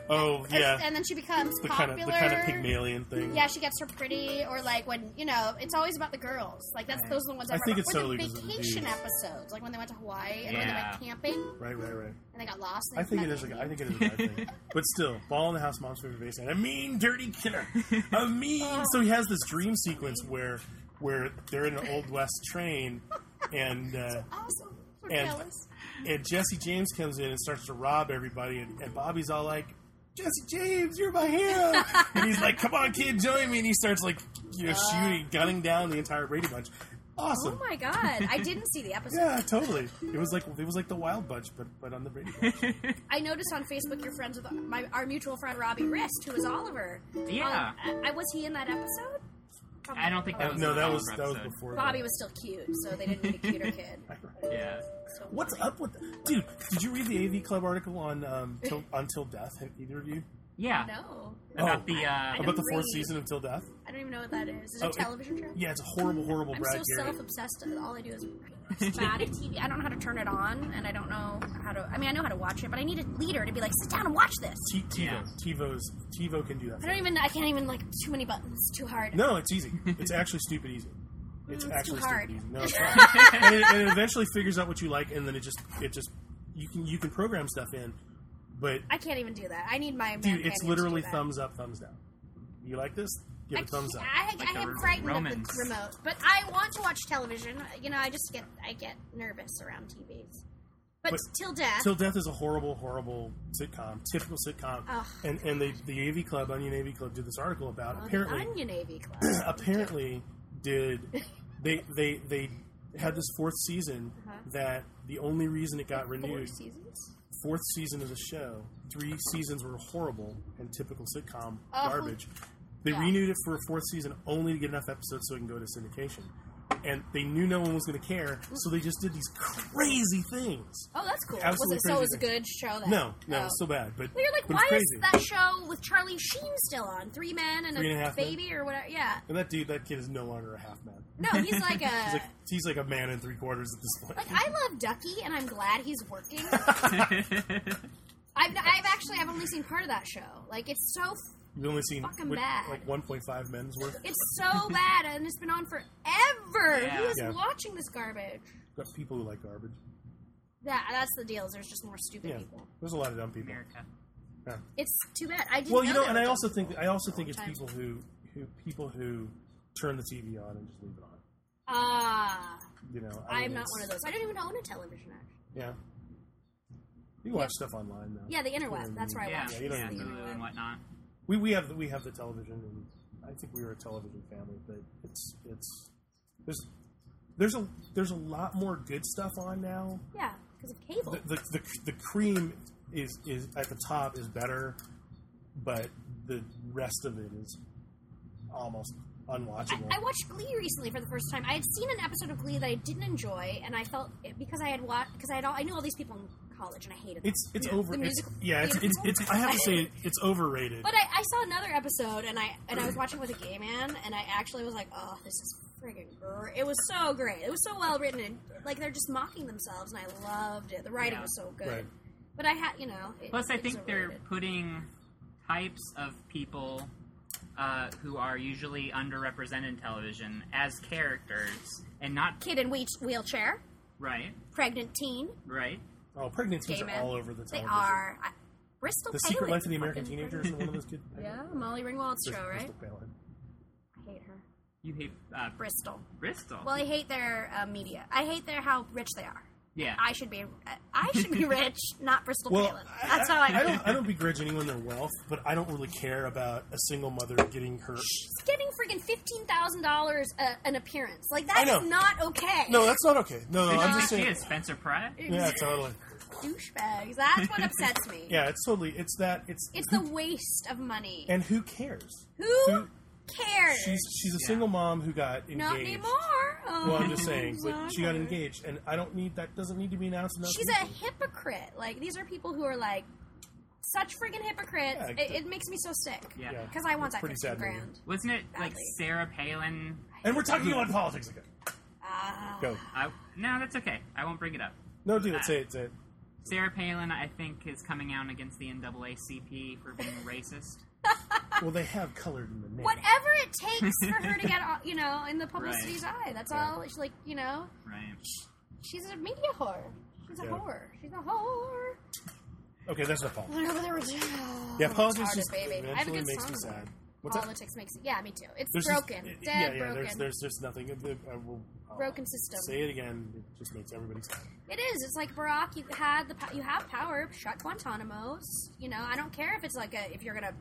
Oh, yeah. and then she becomes The kind popular. of the kind of Pygmalion thing. yeah, she gets her pretty, or like when you know, it's always about the girls. Like that's those are the ones I, I think remember. it's or totally the because of the vacation dudes. episodes, like when they went to Hawaii and when they Yeah. went camping Right, right, right. and they got lost. and I they think it met is. the A, I think it is a bad thing. But still, ball in the house, mom's favorite base, and a mean, dirty killer. A mean. So he has this dream sequence where where they're in an old west train, and uh, Awesome. So And- jealous. and Jesse James comes in and starts to rob everybody, and, and Bobby's all like. Jesse James, you're my hero, and he's like, "Come on, kid, join me!" And he starts like, you know, shooting, gunning down the entire Brady Bunch. Uh. Oh Awesome, my god! I didn't see the episode. yeah, totally. It was like it was like the Wild Bunch, but but on the Brady Bunch. I noticed on Facebook you're friends with my our mutual friend Robbie Rist, who is Oliver. Yeah. Um, I, I- was he in that episode? Probably I don't think that was no, the that Wild was Bunch that was episode. before. Bobby that. was still cute, so they didn't need a cuter kid. Yeah. So What's up with that? dude? Did you read the AV Club article on um, till, Until Death? Have either of you Yeah. No, Oh. About the uh, about the don't fourth read. season of Till Death? I don't even know what that is. Is it Oh, a it- television show? Yeah, it's a horrible, horrible I'm Brad so Garrett. self-obsessed. that All I do is it's bad at TV. I don't know how to turn it on, and I don't know how to. I mean, I know how to watch it, but I need a leader to be like, sit down and watch this. T- TiVo, Yeah. TiVo's TiVo can do that. I for don't you. even. I can't even like too many buttons. Too hard. No, it's easy. It's actually stupid easy. It's Mm, it's actually too hard. stupid easy. No, it's not. and, it, and it eventually figures out what you like, and then it just it just you can you can program stuff in, but I can't even do that. I need my. man dude, it's cave to literally do that. thumbs up, thumbs down. You like this? Give I it a thumbs up. I, Like I the am frightened Romans. of the remote, but I want to watch television. You know, I just get I get nervous around TVs. But, But till death, Till Death is a horrible, horrible sitcom, typical sitcom. Ugh. And and the the AV Club, Onion AV Club, did this article about Oh, the apparently Onion AV Club. apparently did they they they had this fourth season that the only reason it got Uh-huh. Four renewed seasons. fourth season of the show three seasons were horrible and typical sitcom Oh. garbage they Yeah. renewed it for a fourth season only to get enough episodes so it can go to syndication and they knew no one was going to care so they just did these crazy things Oh, that's cool. Absolutely was it, so it was a crazy. good show. Then. no no Oh. so bad but, Well, you're like, but why it's crazy is that show with Charlie Sheen still on? Three men and Three a and a half men. baby or whatever. Yeah. and that dude that kid is no longer a half man No, he's like a. he's like, like he's like a man in three quarters at this point I love Ducky, and I'm glad he's working. I've, I've actually I've only seen part of that show. Like it's so You've only seen Fucking what- bad. like 1.5 men's worth. it's so bad and it's been on forever. Who Yeah. is Yeah. watching this garbage? Got people who like garbage. That that's the deal. is There's just more stupid Yeah, people. there's a lot of dumb people. America. It's too bad. I didn't Well, you know, that and I was also think I also think it's Time. people who who people who turn the TV on and just leave it on. a- Ah, You know, I I mean, am not it's- one of those. I don't even own a television. Actually. Yeah, you watch stuff online though. Yeah, the interweb. That's where I Yeah, watch. Yeah, yeah, you don't need Hulu and whatnot. we we have we have the television, and I think we were a television family. But it's it's there's there's a there's a lot more good stuff on now. Yeah, because of cable. The the, the, the cream is is at the top is better, but the rest of it is almost I, unwatchable. I watched Glee recently for the first time. I had seen an episode of Glee that I didn't enjoy, and I felt because I had watched because I had all, I knew all these people in college, and I hated them. it's it's Yeah. over. The it's, musical- yeah, it's, it's it's I have to say it's overrated. But I, I saw another episode, and I and I was watching with a gay man, and I actually was like, "Oh, this is friggin' great!" It was so great. It was so well written, and like they're just mocking themselves, and I loved it. The writing Yeah. was so good. Right. But I had, you know. It, Plus, I it's think they're overrated. putting types of people uh, who are usually underrepresented in television as characters, and not kid in wheech- wheelchair, right, pregnant teen. right. oh, pregnancies Gay are men. all over the They television. are I, Bristol. The Secret Palin. Life of the American Fucking Teenager is Bristol- one of those good. Yeah, Molly Ringwald's Bristol- show, right? Bristol Palin. I hate her. You hate uh, Bristol. Bristol. Well, I hate their uh, media. I hate their how rich they are. yeah, I should be. I should be rich, not Bristol Well, Palin. I- That's how I. I don't, I don't begrudge anyone their wealth, but I don't really care about a single mother getting her. She's getting freaking fifteen thousand dollars uh, an appearance. Like I that know. is not okay. No, that's not okay. No, no, Who do I'm you just think she saying. is Spencer Pratt. Yeah, totally. douchebags. That's what upsets me. Yeah, it's totally. It's that. It's It's the waste of money. and who cares? Who cares? She's she's a single mom who got engaged. not anymore. Oh, Well, I'm just saying, not but she got her. engaged, and I don't need that. Doesn't need to be announced. enough. She's a hypocrite. Like these are people who are like such freaking hypocrites. Yeah, it, it makes me so sick. Yeah. Yeah. Because I want It's that pretty fifteen sad movie. grand. Wasn't it like Badly. Sarah Palin? and we're talking about politics again. Ah. Go. I, no, that's okay. I won't bring it up. No, do it. Say it. Say it. Sarah Palin, I think, is coming out against the NAACP for being racist. Well, they have colored in the name. Whatever it takes for her to get, uh, you know, in the publicity's eye. That's Yeah. all. It's like, you know, Right. She's a media whore. She's a Yeah. whore. She's a whore. Okay, that's not politics. Whatever there was. Yeah, politics Artist, just Oh, baby. I have a eventually good makes song. me about sad. it. What's that? Politics makes it. Yeah, me too. It's There's just- broken. it- Dead yeah, yeah, broken. There's, there's just nothing. I will, I'll broken system. Say it again. It just makes everybody sad. It is. It's like Barack. You had the. po- You have power. Shut Guantanamo's. You know. I don't care if it's like a. If you're gonna.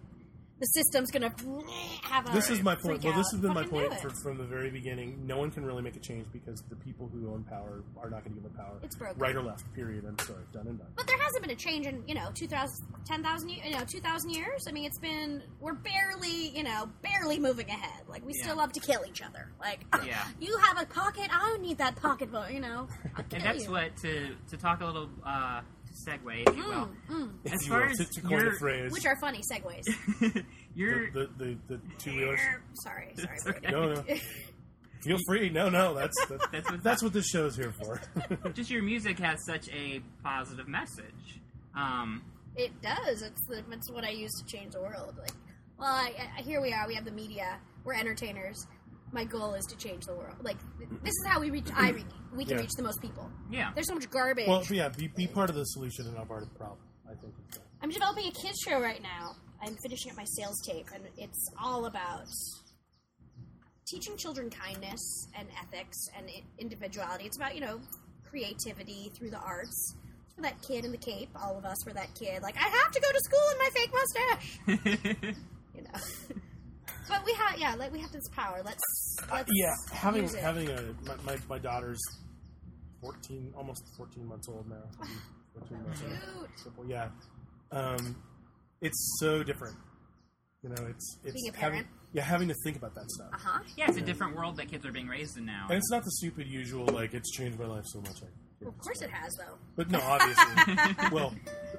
The system's gonna have a. this is my point. freak Well, this out. has been my uh, Fucking do point it. for, from the very beginning. No one can really make a change because the people who own power are not going to give them power. It's broken. Right or left. Period. I'm sorry. Done and done. But there hasn't been a change in you know 2,000, 10,000 ye- you know two thousand years. I mean, it's been we're barely you know barely moving ahead. Like we Yeah. still love to kill each other. Like Yeah. you have a pocket, I don't need that pocket, but you know I'll kill And that's you. what to to talk a little uh, to segue, if you will. Mm, mm. Hmm. If As you far will, as to, to coin a your- phrase, which are funny segues. You're the, the, the, the two wheelers. sorry, sorry. It's Brady. okay. No, no. Feel free. No, no. That's that's, That's what- that's what this show's here for. just your music has such a positive message. Um, It does. It's the, it's what I use to change the world. Like, well, I, I, here we are. We have the media. We're entertainers. My goal is to change the world. Like th- this is how we reach. I reach. We can Yeah. reach the most people. yeah, There's so much garbage. well, yeah. Be, be part of the solution and not part of the problem. I think. I'm developing a kids show right now. I'm finishing up my sales tape, and it's all about teaching children kindness and ethics and i- individuality. It's about you know creativity through the arts. It's For that kid in the cape, all of us were that kid. Like I have to go to school in my fake mustache, you know. but we have yeah, like we have this power. Let's, let's yeah, having use it. having a my, my, my daughter's fourteen, almost fourteen months old now. She'll be Fourteen months old. Cute. Simple, yeah. Um, it's so different. You know, it's it's Being a having parent. yeah having to think about that stuff, Uh huh. yeah, it's a different world that kids are being raised in now. and it's not the stupid usual like it's changed my life so much. Like, Of course it has though. But no, obviously. well,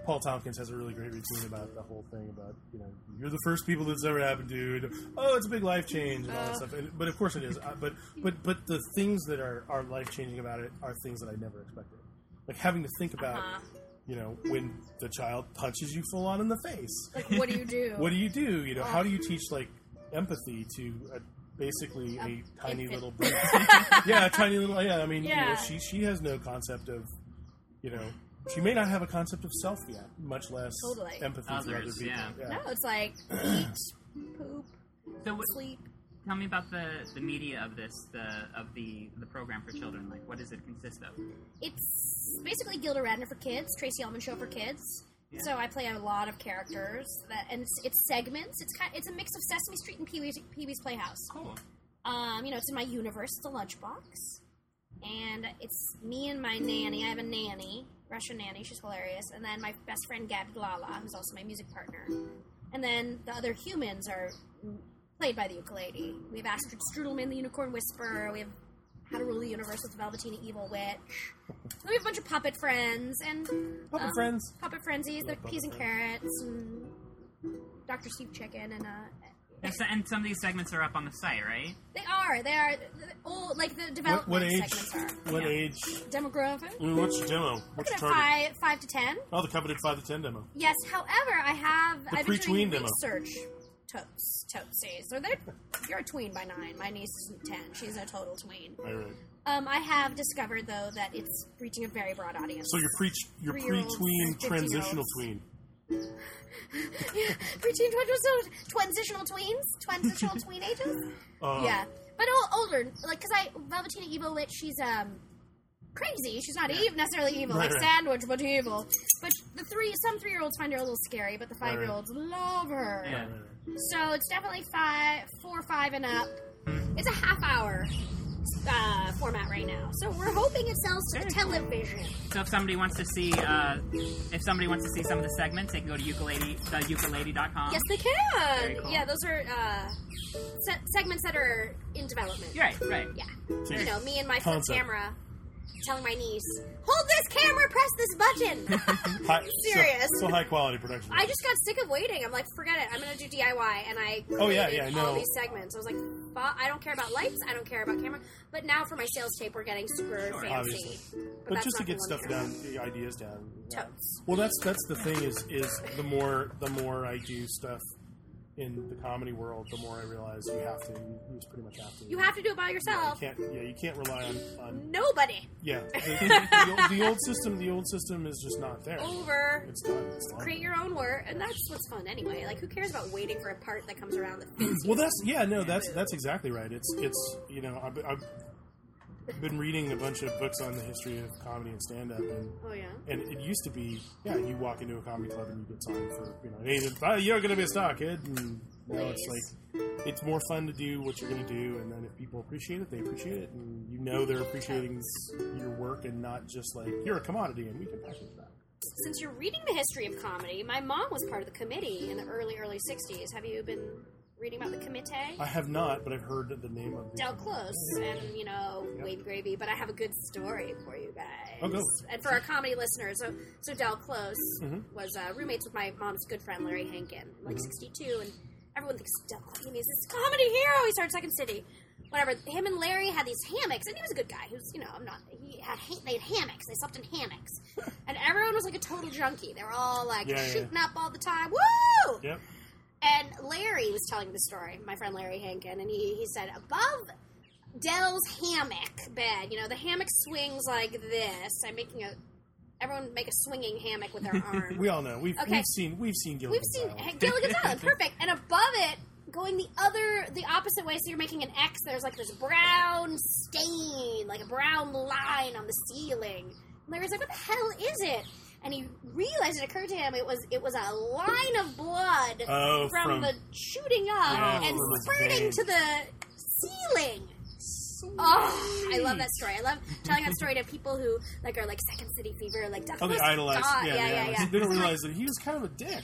Paul Tompkins has a really great routine about the whole thing about you know you're the first people that's ever happened to. and, oh, it's a big life change and all that stuff. And, but of course it is. Uh, but but but the things that are are life changing about it are things that I never expected. Like having to think about Uh-huh. you know, when the child punches you full on in the face. Like, what do you do? What do you do? You know, how do you Oh. teach like empathy to a, basically a tiny infant. little brain? yeah, a tiny little. Yeah, I mean, you Yeah. know, she she has no concept of, you know, she may not have a concept of self yet, much less Totally. empathy for other Others, people. yeah. no, it's like eat, poop, So, what, sleep. tell me about the, the media of this, the of the the program for children. Like, what does it consist of? It's basically Gilda Radner for kids, Tracy Ullman show for kids. So I play a lot of characters, that, and it's, it's segments. It's kind, it's a mix of Sesame Street and Pee Wee's, Pee Wee's Playhouse. Cool. Um, you know, it's in my universe. It's a lunchbox, and it's me and my nanny. I have a nanny, Russian nanny. She's hilarious, and then my best friend Gabby Lala, who's also my music partner. And then the other humans are mm, played by the ukulele. We have Astrid Strudelman, the Unicorn Whisperer. We have How to Rule the Universe with the Velveteen Evil Witch. And we have a bunch of puppet friends and Puppet um, friends. Puppet frenzies. They're puppet peas and friends. carrots and Dr. Steve Chicken and uh, And, so, and some of these segments are up on the site, right? they are. They are old, like the What, development what age? segments are. What Yeah. age? Demographic. I mean, what's your demo? What's Looking your at target? five, five to ten. Oh, the coveted five to ten demo. Yes. However, I have The I've been pre-tween doing demo. research. Totes, toesies. So they're you're a tween by nine. My niece isn't ten. She's a total tween. All right. Um, I have discovered though that it's reaching a very broad audience. So you're pre you're pre Three-year-olds, tween fifteen-year-olds. transitional tween. yeah, preteen twins, transitional tweens, transitional tweenagers. Uh, yeah, but all older, like because I Velveteen Evil Witch, she's um crazy. She's not ev- necessarily evil, Right, like right. sandwich, but evil. But the three, some three year olds find her a little scary, but the right. five year olds love her. Yeah. Right, right, right. So it's definitely five, four, five, and up. It's a half hour uh, format right now, so we're hoping it sells to the television. So if somebody wants to see, uh, if somebody wants to see some of the segments, they can go to ukulele, theukulele.com. Yes, they can. Very cool. Yeah, those are uh, se- segments that are in development. You're right, right. Yeah. You know, me and my flip Concept. camera telling my niece, hold this camera, press this button. Hi- so- Serious. So, high quality production. I just got sick of waiting. I'm like, forget it. I'm going to do DIY. And I Oh, yeah, created yeah, I know. all these segments. I was like, "Fu- I don't care about lights. I don't care about camera. But now for my sales tape, we're getting super Sure, fancy. obviously. But, but that's just to not get the stuff long term. down, the ideas down. yeah. Totes. Well, that's that's the thing is is the more the more I do stuff in the comedy world, the more I realize you have to you, you pretty much have to. You have to do it by You yourself. can't yeah you can't rely on, on Nobody. yeah the, the old- the old system the old system is just not there. Over. It's not. It's not Create your own work. And that's what's fun anyway. Like, who cares about waiting for a part that comes around that fits you? Well, that's yeah, no, that's that's exactly right. It's it's you know I've, I've been reading a bunch of books on the history of comedy and stand up, and Oh, yeah. and it used to be yeah, you walk into a comedy club and you get signed for you know hey oh, you're gonna be a star kid, and now it's like it's more fun to do what you're gonna do, and then if people appreciate it, they appreciate it, and you know they're appreciating your work and not just like you're a commodity and we can package that. since you're reading the history of comedy, my mom was part of the committee in the early, early 60s. Have you been reading about the committee? I have not, but I've heard the name of the Del Close and, you know, Wade Gravy, but I have a good story for you guys. Oh, go. And for our comedy listeners, so, so Del Close Mhm. was uh, roommates with my mom's good friend, Larry Hankin, in, Mm-hmm. like 62, and everyone thinks Del Close, he's this comedy hero. He started Second City. Whatever. Him and Larry had these hammocks, and he was a good guy. He was, you know, I'm not. He had ha- they had hammocks. They slept in hammocks, and everyone was like a total junkie. They were all like Yeah, yeah, yeah. shooting up all the time. Woo! Yep. And Larry was telling the story, my friend Larry Hankin, and he, he said, above Dell's hammock bed, you know, the hammock swings like this. I'm making a, everyone make a swinging hammock with their arm. We all know we've, Okay. we've seen we've seen Gilligan's We've seen Island. Gilligan's Island, perfect. And above it, going the other, the opposite way, so you're making an X, there's like this brown stain, like a brown line on the ceiling. And Larry's like, what the hell is it? And he realized it occurred to him it was it was a line of blood Oh, from- from, the shooting up Yeah, and from his spurting veins. to the ceiling. Oh, I love that story. I love telling that story to people who like are like Second City fever, like Oh, they idolized. Yeah, yeah, yeah, yeah. They don't realize that he was kind of a dick.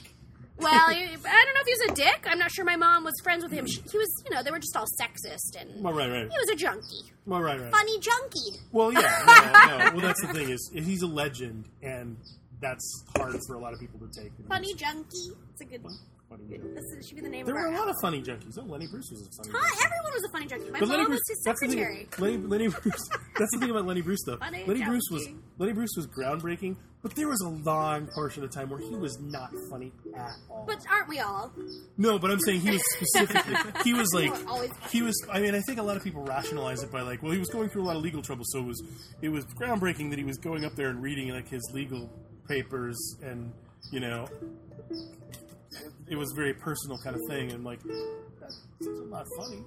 Well, he- I don't know if he was a dick. I'm not sure my mom was friends with him. She, he was, you know, they were just all sexist and Well, right, right. he was a junkie. Well, right, right. Funny junkie. Well, yeah. No, no. Well, that's the thing is he's a legend, and that's hard for a lot of people to take. Funny junkie. It's a good one. funny junkies. This is- should be the name There of were our a lot of episode. funny junkies. Oh, Lenny Bruce was a funny. junkie. Huh? Everyone was a funny junkie. My mom was his that's the thing- secretary. Lenny, Lenny Bruce. That's the thing about Lenny Bruce, though. Funny Lenny Bruce was junkie. Lenny Bruce was groundbreaking, but there was a long portion of time where he was not funny at all. But aren't we all? no, but I'm saying he was specifically. he was like We're always he was. I mean, I think a lot of people rationalize it by like, well, he was going through a lot of legal trouble, so it was it was groundbreaking that he was going up there and reading like his legal papers and you know. It was a very personal kind of thing, and like, that's still not funny.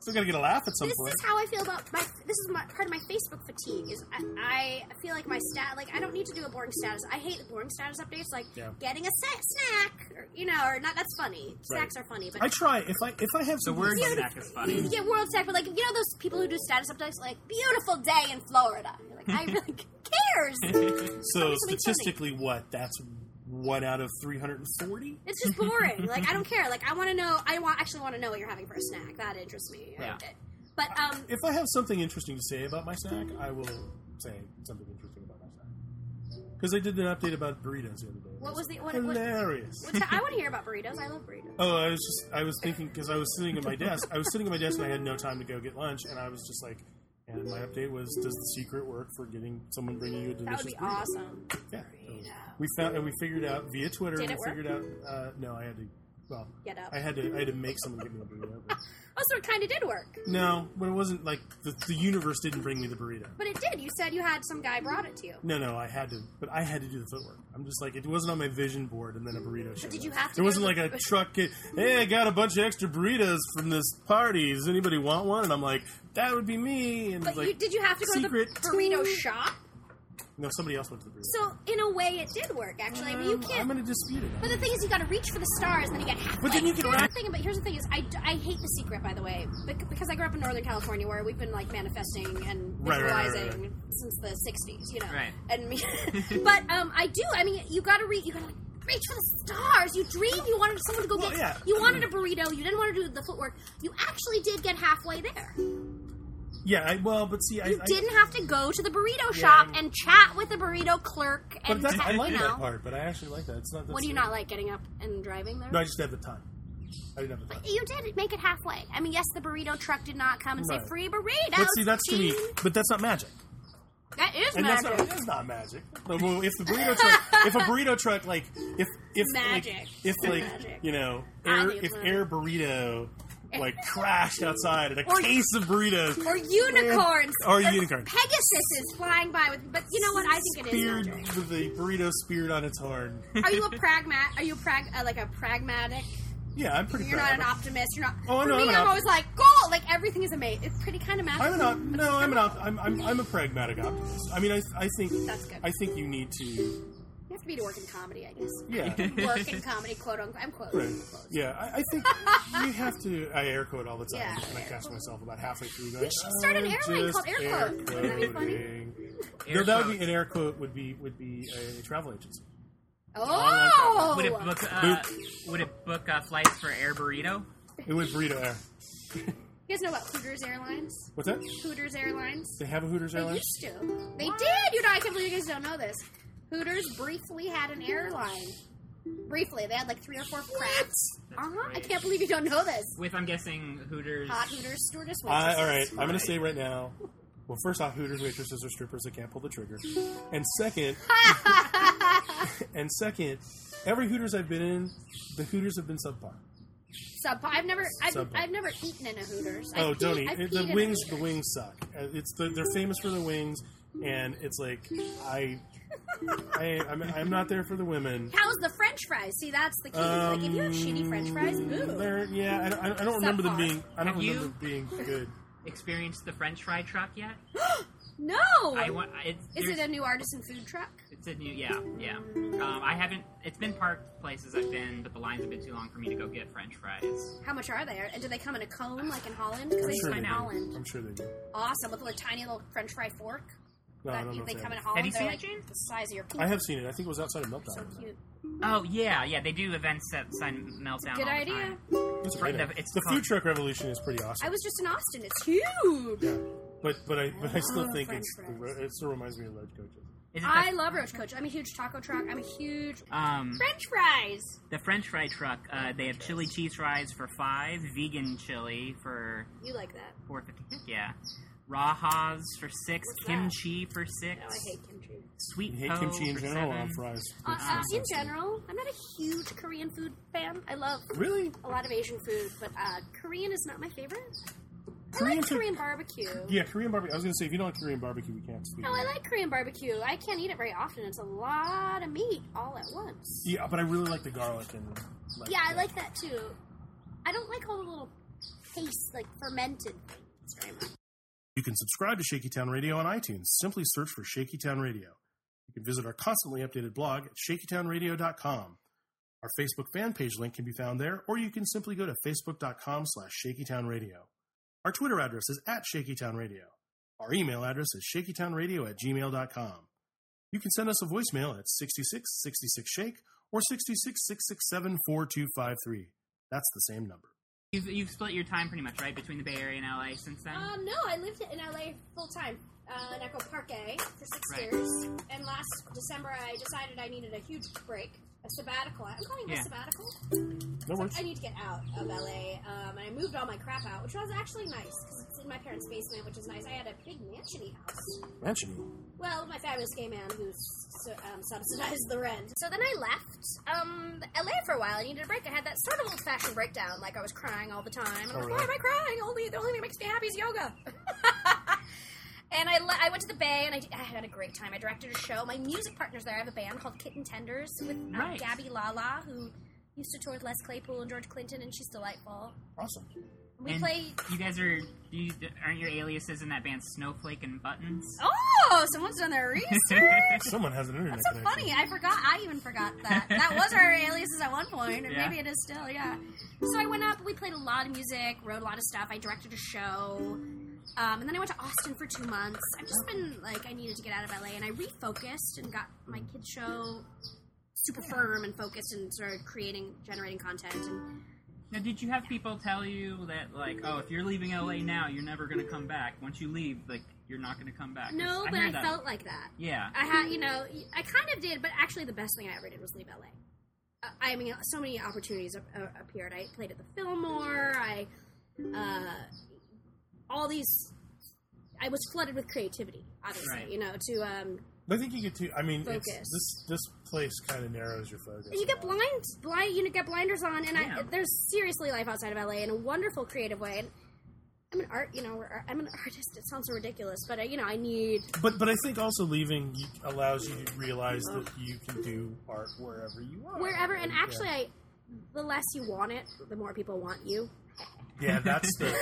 Still gotta get a laugh at some this point. is how I feel about my. This is my, part of my Facebook fatigue. Is I, I feel like my stat. Like I don't need to do a boring status. I hate the boring status updates. Like Yeah. getting a sa- snack, or, you know, or not. That's funny. Snacks are funny, but I try if I if I have The some word snack is funny. yeah, world stack. But like you know those people who do status updates, like beautiful day in Florida. You're like I really cares. So something funny. statistically, what? That's one out of three hundred and forty. It's just boring. like I don't care. Like I want to know. I want actually want to know what you're having for a snack. That interests me. I Yeah. like it. But um, If I have something interesting to say about my snack, I will say something interesting about my snack. Because I did an update about burritos the other day. What was the- what- what- hilarious? what's I want to hear about burritos. I love burritos. Oh, I was just I was thinking because I was sitting at my desk. I was sitting at my desk and I had no time to go get lunch, and I was just like, and my update was, does the secret work for getting someone bringing you a That delicious would be burrito? awesome. Yeah. We found and we figured out via Twitter. Did we it work? figured out. Uh, no, I had to. Well, Get up. I had to. I had to make someone get me a burrito. but- Also, it kind of did work. no, but it wasn't like the, the universe didn't bring me the burrito. But it did. You said you had some guy brought it to you. No, no, I had to, but I had to do the footwork. I'm just like it wasn't on my vision board, and then a burrito. showed did you up. have to It go wasn't to like the- a truck. Get, hey, I got a bunch of extra burritos from this party. Does anybody want one? And I'm like, that would be me. And But like, you, did you have to go secret to the burrito shop? no, somebody else went to the burrito. So in a way, it did work actually. but you Um, I'm can't. gonna dispute it. But the thing is, you got to reach for the stars, and then you get. halfway. But then you can Here's ra- the thing. But here's the thing is, I, d- I hate the secret. By the way, bec- because I grew up in Northern California, where we've been like manifesting and Right, right, visualizing right, right, since the '60s, you know. Right. And me, but um, I do. I mean, you got to reach. You got to like, reach for the stars. You dreamed you wanted someone to go Well, get. yeah. You wanted a burrito. You didn't want to do the footwork. You actually did get halfway there. Yeah, I, well, but see, I, You I didn't have to go to the burrito shop and chat with the burrito clerk. But And that, I you like know. that part. But I actually like that. It's not. What do you not like getting up and driving there? No, I just didn't have the time. I didn't have the time. You did make it halfway. I mean, yes, the burrito truck did not come and say Right. free burritos. But see, that's to me. team." But that's not magic. That is And that's magic. not, that's not magic. No, well, If the burrito truck, if a burrito truck, like if if like, Magic. if like Magic. you know, I air, need if one. air burrito like crashed outside and a Or- case of burritos or unicorns. Or unicorns. Pegasus is flying by with. But you know what? I think it is speared magic. with the burrito speared on its horn. Are you a pragmat? Are you a prag? Uh, like a pragmatic? Yeah, I'm pretty. You're proud not of an it. optimist. You're not. Oh, For no, me, I'm an I'm op- always like goal. Like everything is a mate. It's pretty kind of magic. I'm an op- no, I'm an op- I'm, I'm I'm a pragmatic optimist. I mean, I I think That's good. I think you need to. You have to be to work in comedy, I guess. Yeah. work in comedy, quote unquote. I'm quoting. Right. Yeah, I, I think you have to. I air quote all the time, Yeah. and I catch myself about halfway through. Uh, Going, we should start an airline called Air Quote. Wouldn't that be funny? No, Air that would be quotes. an air quote. Would be would be a travel agency. Oh, Would it book? Uh, would it book uh, flights for Air Burrito? It would burrito air. You guys know about Hooters Airlines? What's that? Hooters Airlines. They have a Hooters They airline. used to. They did. You know, I can't believe you guys don't know this. Hooters briefly had an airline. Briefly, they had like three or four crafts. Uh huh. I great. can't believe you don't know this. With I'm guessing Hooters. Hot Hooters stewardess. I, all right, waitresses. I'm going to say right now. Well, first off, Hooters waitresses are strippers that can't pull the trigger, and second, and second, every Hooters I've been in, the Hooters have been subpar. Subpar. I've never. I've, Subpar. I've never eaten in a Hooters. Oh, I've don't peed- eat. I've It- peed in The a wings, the Hooters. wings suck. Uh, It's the, they're famous for the wings, and it's like I, I, I'm, I'm not there for the women. Um, How's the French fries? See, that's the key. like, if you have shitty French fries, ooh. Mm, They're, yeah, I don't, I don't- I don't remember them Subpar. being. I don't Have you- remember them being good. experienced the French fry truck yet? No. I want. It's, Is there's- it a new artisan food truck? It's a new. Yeah, yeah. Um, I haven't. It's been parked places I've been, but the lines have been too long for me to go get French fries. How much are they? And do they come in a cone like in Holland? 'Cause I'm they sure come they in do. Holland. I'm sure they do. Awesome with a little tiny little French fry fork. No, I That don't know. they if they come in have. Holland. Have you they're seen like that, Gene? The size of your I penis. have seen it. I think it was outside of Meltdown. So cute. Oh yeah, yeah. They do events at Sun Meltdown. Good all idea. The time. It's Right, great. the- it's the fun. food truck revolution is pretty awesome. I was just in Austin. It's huge. Yeah. But but I but I still Oh, think french it's fries. it still reminds me of large coaches. Is it I love Roach Coach. I'm a huge taco truck. I'm a huge the, um, French fries. the French fry truck? Uh, they have chili cheese fries for five, vegan chili for You like that? four fifty. Heck yeah, rajas for six, What's that? kimchi for six, No, I hate kimchi. sweet You hate po kimchi in Oh, for general seven. on fries. Uh, That's uh, in disgusting. general, I'm not a huge Korean food fan. I love Really? a lot of Asian food, but uh, Korean is not my favorite. I Korean like food- Korean barbecue. Yeah, Korean barbecue. I was gonna say if you don't like Korean barbecue, we can't speak. No, of Oh, I it. like Korean barbecue. I can't eat it very often. It's a lot of meat all at once. Yeah, but I really like the garlic and. Like Yeah, I the- like that too. I don't like all the little paste, like fermented things very much. You can subscribe to Shaky Town Radio on iTunes. Simply search for Shaky Town Radio. You can visit our constantly updated blog at shakytownradio.com. Our Facebook fan page link can be found there, or you can simply go to facebook.com slash shakytownradio. Our Twitter address is at shakytownradio. Our email address is shakytownradio at gmail.com. You can send us a voicemail at 6666-SHAKE or 666674253. That's the same number. You've, you've split your time pretty much right between the Bay Area and LA since then. Um, no, I lived in LA full time uh, in Echo Parque for six Right. years. And last December, I decided I needed a huge break, a sabbatical. I'm calling it Yeah. a sabbatical. No worries. I need to get out of LA. Um, and I moved all my crap out, which was actually nice because it's in my parents' basement, which is nice. I had a big mansiony house. Mention Well, my fabulous gay man who su- um, subsidized the rent. So then I left um, LA for a while. I needed a break. I had that sort of old fashioned breakdown. Like I was crying all the time. And I'm Oh, like, really? why am I crying? Only the only thing that makes me happy is yoga. and I, le- I went to the Bay and I, I had a great time. I directed a show. My music partner's there. I have a band called Kitten Tenders with um, Nice. Gabby Lala, who used to tour with Les Claypool and George Clinton, and she's delightful. Awesome. We and play. you guys are you aren't your aliases in that band Snowflake and Buttons? Oh, someone's done their research. Someone has an internet That's so connection. funny. I forgot. I even forgot that. That was our aliases at one point, or Yeah. maybe it is still. Yeah. So I went up. We played a lot of music, wrote a lot of stuff. I directed a show, um, and then I went to Austin for two months. I've just been like, I needed to get out of LA, and I refocused and got my kids show super firm and focused, and started creating, generating content. And Now, did you have people tell you that, like, oh, if you're leaving LA now, you're never going to come back? Once you leave, like, you're not going to come back? 'Cause no, but hear I that. felt like that. Yeah. I had, you know, I kind of did, but actually the best thing I ever did was leave LA. Uh, I mean, so many opportunities a- a- appeared. I played at the Fillmore. I, uh, all these, I was flooded with creativity, obviously, Right. you know, to, um, I think you get to. I mean, it's, Focus. this this place kind of narrows your focus. you get a lot. blind, blind, you know, get blinders on, and Yeah. I, there's seriously life outside of LA in a wonderful creative way. And I'm an art, you know, we're- I'm an artist. It sounds so ridiculous, but, uh, you know, I need But but I think also leaving you- allows you to realize that you can do art wherever you are. wherever, and Yeah. actually, I, the less you want it, the more people want you. yeah, that's the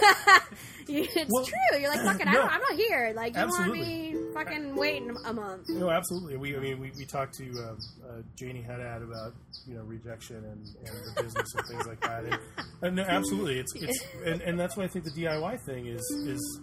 it's Well, true. You're like, fucking, I no. don't, I'm not here. Like, you Absolutely. want me fucking waiting a month. no, absolutely. We I mean we, we talked to um, uh, Janie Haddad about you know rejection and, and the business and things like that. And, and no, absolutely, it's it's and, and that's why I think the DIY thing is is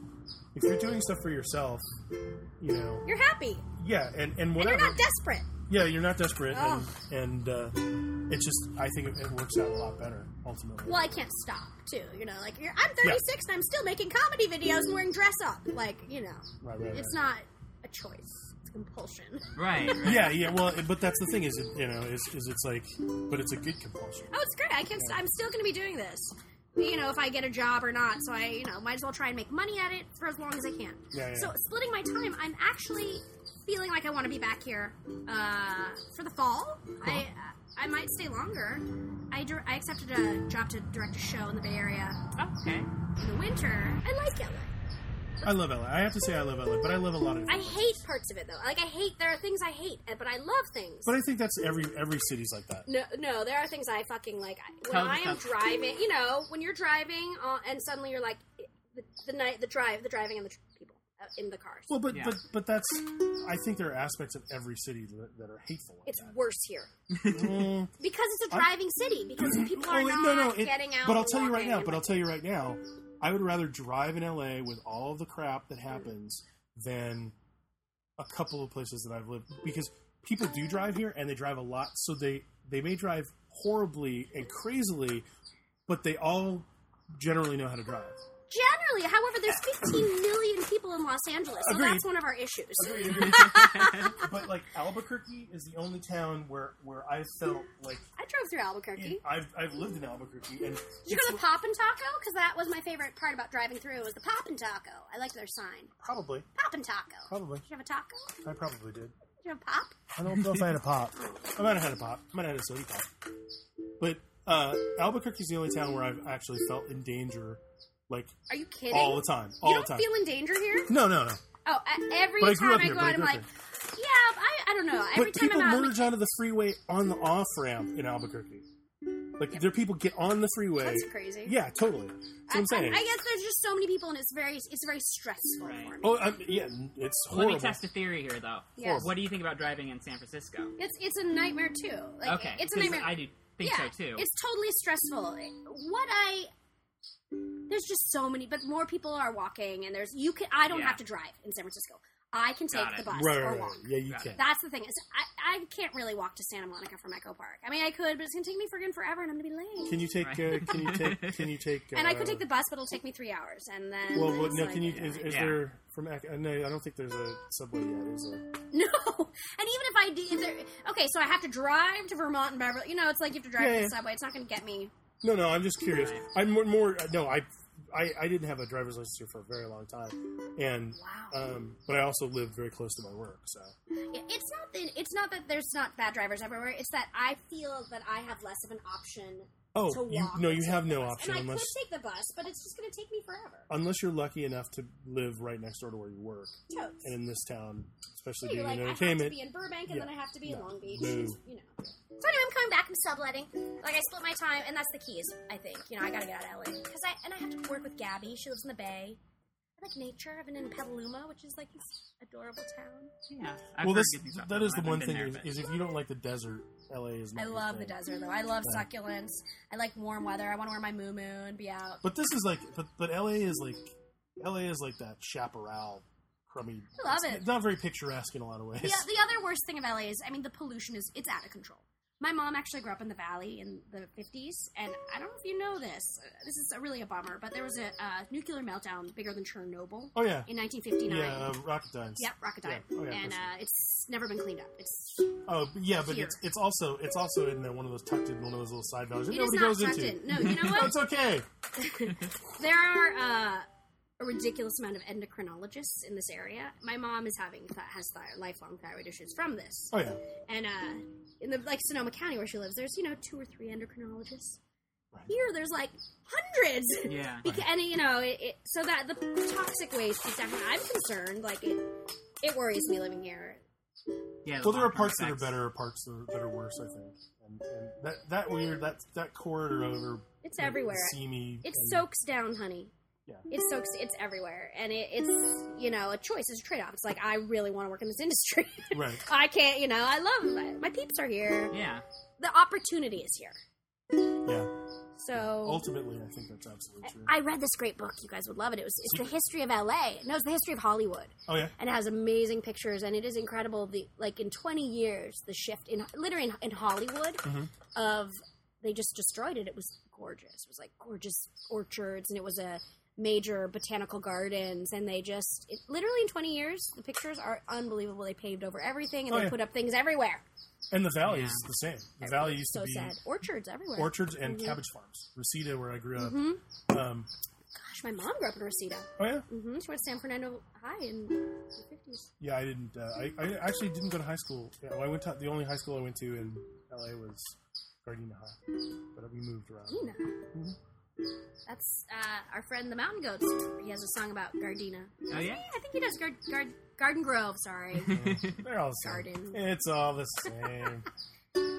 if you're doing stuff for yourself, you know, You're happy. yeah, and and And whatever. you're not desperate. Yeah, you're not desperate, Oh. and, and uh, it's just I think it, it works out a lot better ultimately. Well, I can't stop, too. You know, like, you're, I'm 36 and I'm still making comedy videos and wearing dress up. Like, you know, Right, right, it's right. not a choice, it's a compulsion. Right. right. Yeah, yeah. Well, but that's the thing is, it, you know, is, is it's like, but it's a good compulsion. Oh, it's great. I can. I'm still going to be doing this. You know, if I get a job or not. So I, you know, might as well try and make money at it for as long as I can. Yeah, yeah. So splitting my time, I'm actually feeling like I want to be back here uh, for the fall. I I might stay longer. I, dir- I accepted a job to direct a show in the Bay Area Oh, okay. in the winter. I like it. I love LA. I have to say, I love LA, but I love a lot of. I hate parts of it though. Like I hate. There are things I hate, eh, but I love things. But I think that's every every city's like that. No, no, there are things I fucking like. I- When Tell the I am stuff. driving, you know, when you're driving uh, and suddenly you're like, the, the night, the drive, the driving and the tr- people uh, in the cars. Well, but Yeah. but but that's. I think there are aspects of every city that, that are hateful. Like It's that. worse here Mm. because it's a I- driving city. Because people are Oh, not no, no, it- getting out. But I'll and tell you right walking now. and, But I'll like, tell you right now, I would rather drive in LA with all the crap that happens than a couple of places that I've lived because people do drive here and they drive a lot, so they they may drive horribly and crazily, but they all generally know how to drive. Australia. However, there's 15 million people in Los Angeles, so Agreed. that's one of our issues. Agreed, agreed. but like Albuquerque is the only town where where I felt like I drove through Albuquerque. in, I've I've lived in Albuquerque and Did you go to the Pop and Taco? Because that was my favorite part about driving through was the Pop and Taco. I liked their sign. probably Pop and Taco. probably Did you have a taco? I probably did. Did you have a pop? I don't know if I had a pop. I might have had a pop. I might have had a soda pop. But uh, Albuquerque's the only town where I've actually felt in danger, like Are you kidding? all the time, you all the don't time. feel in danger here? no, no, no. Oh, I- every But I grew time up I here. go But I out, I'm grew up like, here. yeah, I, I don't know. Every But time people I'm out, I'm merge like, onto the freeway on the off ramp in Albuquerque. Like there, people get on the freeway. that's crazy. Yeah, totally. That's what I'm I- I- saying. I, guess there's just so many people, and it's very it's very stressful Right. for me. oh, I'm, yeah, it's Let horrible. me test a theory here, though. Yes. What do you think about driving in San Francisco? It's it's a nightmare too. Like, okay, it's a 'cause nightmare. I do think yeah, so too. It's totally stressful. What I there's just so many, but more people are walking, and there's you can. I don't Yeah. have to drive in San Francisco. I can take Got the it. bus Right, or right, right. walk. Yeah, you Got can. That's the thing is, I, I can't really walk to Santa Monica from Echo Park. I mean, I could, but it's gonna take me friggin' forever, and I'm gonna be late. Can you take? Uh, Right. can you take? Can you take? Uh, and I could take the bus, but it'll take me three hours, and then Well, well it's no. like- Can you? Is, is Yeah. there from? Ac- uh, No, I don't think there's a subway yet. Is there? No, and even if I did, if there, okay, so I have to drive to Vermont and Beverly. You know, it's like you have to drive Yeah, to yeah. the subway. It's not going to get me. No, no. I'm just curious. I'm more. more uh, no, I, I, I didn't have a driver's license here for a very long time, and Wow, um, but I also lived very close to my work, so Yeah, it's not that it's not that there's not bad drivers everywhere. It's that I feel that I have less of an option, oh, To you, walk no, you have no and option I unless could take the bus, but it's just going to take me forever. unless you're lucky enough to live right next door to where you work, Totes. and in this town, especially You're being like, in I have to entertainment, be in Burbank, and Yeah. then I have to be in No. Long Beach. No. It's- You know. So anyway, I'm coming back. I'm subletting. Like I split my time, and that's the keys. I think. You know, I got to get out of LA because I and I have to work with Gabby. She lives in the Bay. I like nature. I've been in Petaluma, which is like this adorable town. yeah. I've well, heard this good things about that is Portland. the I one haven't thing been is, there, is if you don't like the desert, LA is. Not I your love the thing. desert though. I love Yeah. succulents. I like warm weather. I want to wear my moo moo and be out. But this is like, but but LA is like, LA is like that chaparral, crummy. I love It's it. not very picturesque in a lot of ways. The, the other worst thing of LA is, I mean, the pollution is it's out of control. My mom actually grew up in the valley in the 50s, and I don't know if you know this. Uh, This is a, really a bummer, but there was a uh, nuclear meltdown bigger than Chernobyl Oh yeah, in 1959. yeah, uh, rocket dimes. Yep, Rocketdyne, Yeah. Oh, yeah, and for uh, sure. it's never been cleaned up. It's Oh but yeah, but Here. it's it's also it's also in there one of those tucked in one of those little side valleys that it is nobody not goes tucked into. in. No, you know what? That's okay. There are uh, a ridiculous amount of endocrinologists in this area. My mom is having th- has thi- lifelong thyroid issues from this, Oh yeah, and uh, in the like Sonoma County where she lives, there's you know two or three endocrinologists. Right. Here, there's like hundreds. Yeah. Beca- and you know, it, it, so that the toxic waste is definitely. I'm concerned. Like it, it worries me living here. yeah. the well there are long-term parts that are effects. better, parts that are, that are worse. I think, and, and that that weird that that corridor over It's everywhere. seamy. It and- soaks down, honey. Yeah. It soaks. It's everywhere, and it, it's you know a choice. It's a trade off. It's like I really want to work in this industry. right. I can't, you know, I love my, my peeps are here. Yeah. The opportunity is here. Yeah. So Ultimately, I think that's absolutely true. I read this great book. You guys would love it. It was it's the history of LA. No, it's the history of Hollywood, oh yeah. and it has amazing pictures. And it is incredible. The like in twenty years, the shift in literally in, in Hollywood Mhm. of they just destroyed it. It was gorgeous. It was like gorgeous orchards, and it was a major botanical gardens. And they just it, literally in twenty years, the pictures are unbelievable. They paved over everything, and Oh, they yeah. put up things everywhere. And the valley Yeah. is the same. The valley used so to be sad. Orchards everywhere. orchards and Mhm. cabbage farms. Reseda, where I grew up. hmm Um, Gosh, my mom grew up in Reseda. oh yeah, hmm She went to San Fernando High in the fifties. yeah. I didn't. Uh, I, I actually didn't go to high school. Yeah, well, I went to the only high school I went to in LA was Gardena High, but we moved around. Gardena. Mhm. That's uh, our friend the Mountain Goats. He has a song about Gardena. Oh yeah. I think he does gar- gar- Garden Grove. Sorry. Yeah, they're all the same. Garden. It's all the same.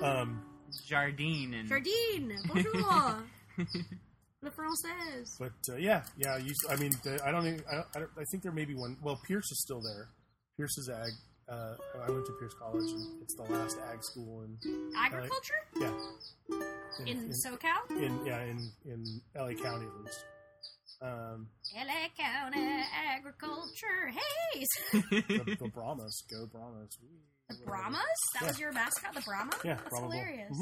um, Jardine and Jardine. Bonjour. Le Français. but uh, yeah, yeah. You, I mean, the, I don't. Even, I, don't, I don't. I think there may be one. Well, Pierce is still there. Pierce is ag. Uh, I went to Pierce College, and it's the last ag school in Agriculture yeah. in SoCal. in yeah in in LA County at least. Um, LA County Agriculture Hayes. the, the Brahmas, go Brahmas. The Brahmas? That was your mascot, the Brahma? Yeah, Mm-hmm. That's probably. hilarious.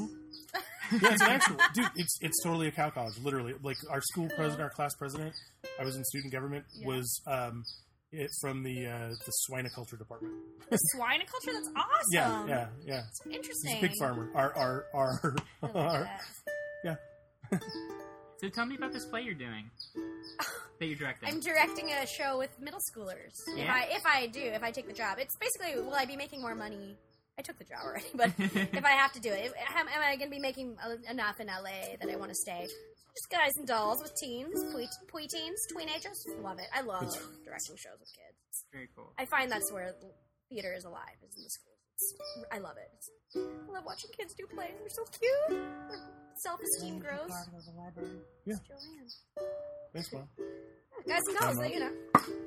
Yeah, it's an actual dude. It's it's totally a cow college, literally. Like our school president, our class president, I was in student government, Yeah. was um, it from the uh, the swiniculture department. The swiniculture? That's awesome. Yeah, yeah, yeah. That's interesting. He's a pig farmer. Our our our. I like our that. So tell me about this play you're doing that you're directing. I'm directing a show with middle schoolers. If Yeah. I if I do, if I take the job, it's basically will I be making more money? I took the job already, but if I have to do it, am, am I going to be making enough in LA that I want to stay? Just guys and dolls with teens, pui pui teens, teenagers. Love it. I love directing shows with kids. Very cool. I find that's where theater is alive, is in the schools. It's- I love it. It's- I love watching kids do plays. They're so cute. Their self-esteem grows. Yeah. Joanne. Thanks, mom. Guys and dolls, Grandma. you know.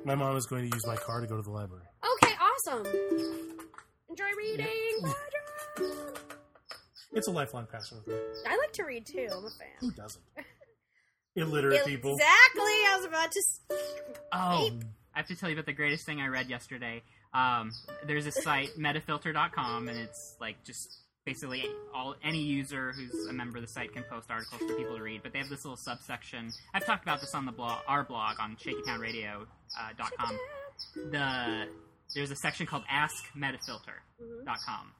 My mom is going to use my car to go to the library. Okay, awesome. Enjoy reading. Bye, John. It's a lifelong passion with me. I like to read too. I'm a fan. Who doesn't? Illiterate people. Exactly. I was about to. s- Oh, I have to tell you about the greatest thing I read yesterday. Um, there's a site metafilter.com, and it's like just basically all any user who's a member of the site can post articles for people to read. But they have this little subsection. I've talked about this on the blog, our blog on shakytownradio.com. Uh, dot com. the there's a section called Ask Metafilter. Mhm. dot com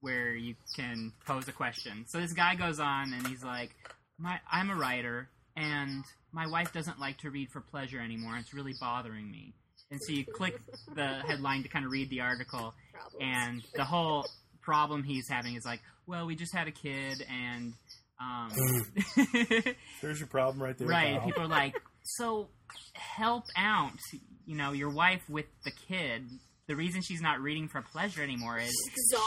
where you can pose a question. So this guy goes on and he's like, "My I'm a writer and my wife doesn't like to read for pleasure anymore. It's really bothering me." And so you click the headline to kind of read the article Problems. and the whole problem he's having is like, "Well, we just had a kid and um There's your problem right there. right pal. people are like so help out you know your wife with the kid the reason she's not reading for pleasure anymore is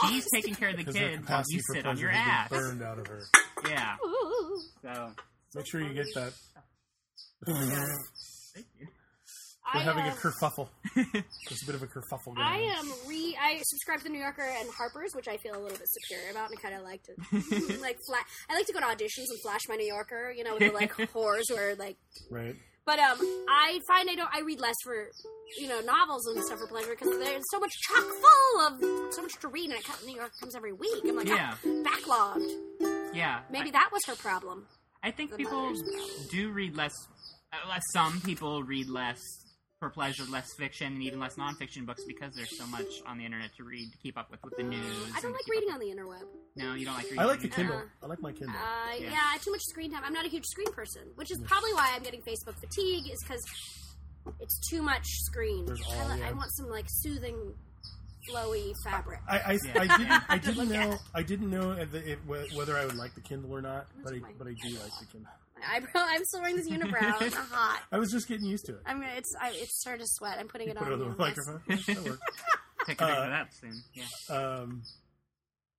she's taking care of the Because their kid while capacity you for sit on pleasure your has been ass Burned out of her. yeah Ooh. so Make sure you get that. thank you I, We're having a um, kerfuffle. There's a bit of a kerfuffle going I on. um, am re. I subscribe to the New Yorker and Harper's, which I feel a little bit secure about, and kind of like to like flash. I like to go to auditions and flash my New Yorker. You know, the like whores where like. Right. But um, I find I don't. I read less for you know novels and stuff for pleasure because there's so much chock full of so much to read, and it comes, New York comes every week. I'm like, yeah "Ah, backlogged. yeah Maybe that was her problem. I, I think the people mother's do read less uh, less- some people read less for pleasure less fiction and even less nonfiction books because there's so much on the internet to read to keep up with with the news I don't and like keep up- reading on the interweb. no you don't like reading I like the on Kindle. Uh-uh. I like my Kindle. Uh, Yeah. yeah. I have too much screen time. I'm not a huge screen person, which is probably why I'm getting Facebook fatigue. Is because it's too much screen. There's all- I, li- yeah. I want some like soothing, flowy fabric. I, I, Yeah. I didn't, I Good didn't look at. know I didn't know if the- if- wh- whether I would like the Kindle or not, but I, That's fine. but I do like the Kindle. My eyebrow. I'm still wearing this unibrow. it's hot. I was just getting used to it. I'm. gonna- It's. I, it's starting to sweat. I'm putting it Put it on. on the now. microphone. That worked. take a picture Uh, of that soon yeah Um,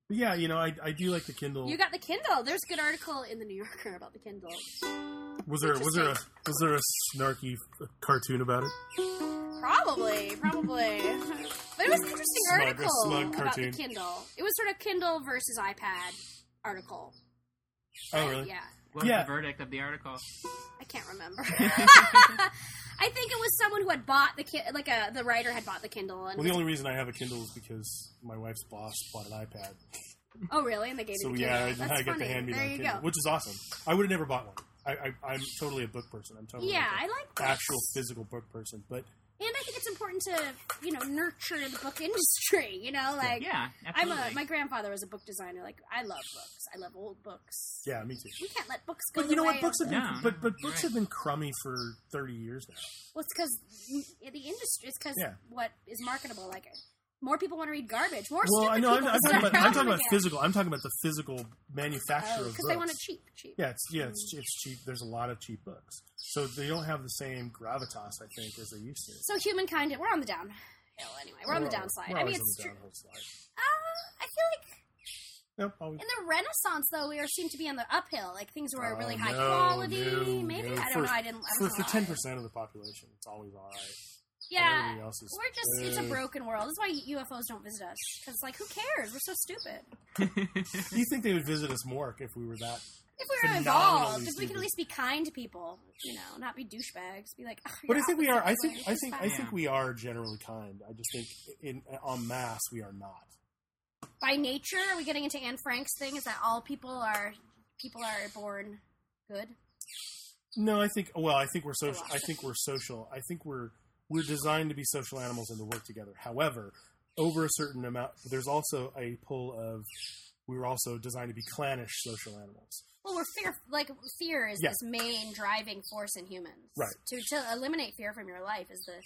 but yeah, you know, I, I do like the Kindle. You got the Kindle. There's a good article in the New Yorker about the Kindle. was there was there a was there a snarky f- cartoon about it? Probably, probably. But it was an interesting Slug- a article slug about cartoon. the Kindle. It was sort of Kindle versus iPad article. Oh really? Uh, Yeah, What was Yeah. the verdict of the article? I can't remember. I think it was someone who had bought the ki- like a the writer had bought the Kindle and Well, the only reason I have a Kindle is because my wife's boss bought an iPad. oh really and they gave So you the yeah, I, Kindle. That's I get funny. the hand me There down you Kindle, go. which is awesome. I would have never bought one. I, I I'm totally a book person. I'm totally yeah, like I a like books. uh, actual physical book person. But and I think it's important to you know nurture the book industry. You know, like Yeah, I'm absolutely. a my grandfather was a book designer. Like I love books. I love old books. yeah, me too. We can't let books go. But you know the what? way Books of- have been, Yeah. but but books Right. have been crummy for thirty years now. Well, it's because the industry. It's because Yeah. what is marketable. Like more people want to read garbage. More Well, stupid I know. I'm, people. I'm talking about I'm talking about Because physical. I'm talking about the physical manufacture of books. Oh, they Mm. want it cheap, cheap. yeah, it's yeah, it's, it's cheap. There's a lot of cheap books, so they don't have the same gravitas, I think, as they used to. So humankind, we're on the downhill anyway. We're on the downside. We're I mean, always it's on true. the downhill slide. Uh, I feel like Nope, always. in the Renaissance, though, we are seem to be on the uphill. Like things were Oh, really high no, quality. no, Maybe no. I don't For- know. I didn't. I For don't for know. ten percent of the population, it's always all right. Yeah. Everything else is We're just—it's a Uh, broken world. That's why UFOs don't visit us. Because, like, who cares? We're so stupid. you think they would visit us more if we were that? If we were Phenomenally involved, if we stupid. could at least be kind to people, you know, not be douchebags. Be like, "Ugh, But you're I think we are. I opposite think. way." I It's think. fine. I think we are generally kind. I just think in en masse we are not. by nature, are we getting into Anne Frank's thing? Is that all people are people are born good? No, I think. Well, I think we're social. I think we're social. I think we're we're designed to be social animals and to work together. However, over a certain amount, there's also a pull of we were also designed to be clannish social animals. Well, we're fear like fear is Yeah. this main driving force in humans. Right. To, to eliminate fear from your life is the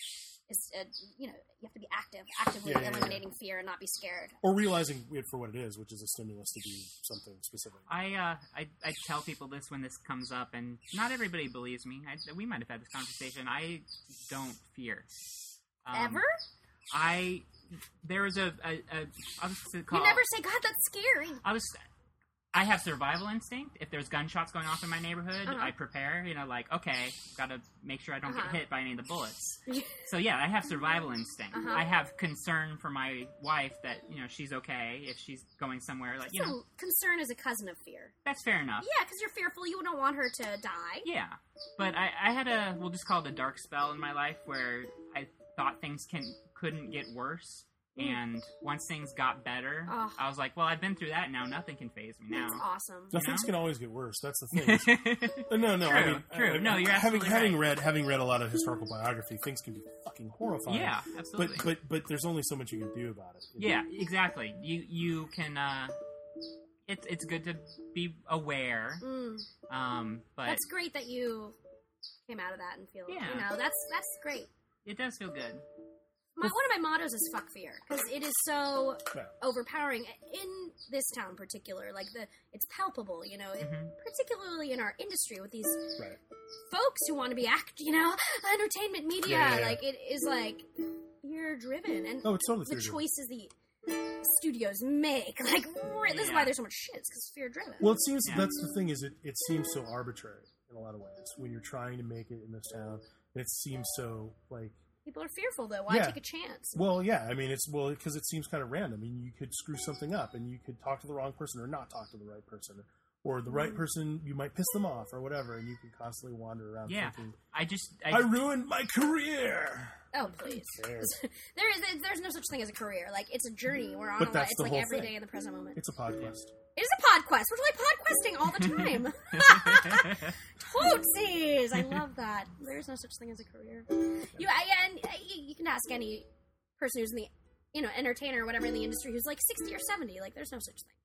is uh, you know you have to be active, actively Yeah, yeah, yeah. eliminating fear and not be scared. Or realizing it for what it is, which is a stimulus to do something specific. I, uh, I I tell people this when this comes up, and not everybody believes me. I, we might have had this conversation. I don't fear Um, Ever? I there was a, a, a I was You called, never say, God, that's scary. I was I have survival instinct. If there's gunshots going off in my neighborhood, Uh-huh. I prepare. You know, like okay, gotta make sure I don't Uh-huh. get hit by any of the bullets. so yeah, I have survival instinct. Uh-huh. I have concern for my wife that you know she's okay if she's going somewhere. Like you know, So concern is a cousin of fear. that's fair enough. Yeah, because you're fearful. You don't want her to die. Yeah, but I, I had a we'll just call it a dark spell in my life where I thought things can couldn't get worse, and once things got better, Mm. Ugh. I was like, well, I've been through that now. Nothing can phase me That's now. awesome. Now, things know? can always get worse. That's the thing. Uh, No, no. I True, mean, true. I- No, you're having absolutely having right. read having read a lot of historical biography. Things can be fucking horrifying. yeah, but absolutely. but but there's only so much you can do about it. you know? yeah, exactly. You you can. uh It's it's good to be aware, Mm, um, but that's great that you came out of that and feel. Yeah. You know, that's that's great. it does feel good. My, one of my mottos is "fuck fear" because it is so Yeah. overpowering in this town, in particular. Like the, it's palpable. You know, it, Mhm. particularly in our industry with these Right. folks who want to be act. You know, entertainment media. Yeah, yeah, yeah. Like it is like fear driven, and Oh, it's totally the fear-driven. choices the studios make. Like re- this is Yeah. why there's so much shit. It's because fear driven. Well, it seems Yeah. that's the thing is it, it seems so arbitrary in a lot of ways when you're trying to make it in this town. It seems so like People are fearful though. Why Yeah. take a chance? well, yeah. I mean, it's well because it seems kind of random. I mean, you could screw something up, and you could talk to the wrong person or not talk to the right person, or the Mm-hmm. right person you might piss them off or whatever, and you can constantly wander around Yeah. thinking, I just "I I, ruined my career." Oh please. Who cares? There is there's no such thing as a career. Like it's a journey we're on. But a that's lot. It's the like whole every day thing. in the present moment. It's a podcast. It is a podcast. We're like podcasting all the time. Tootsies! I love that. There is no such thing as a career. You I, and I, you can ask any person who's in the you know entertainer or whatever in the industry who's like sixty or seventy. Like there's no such thing.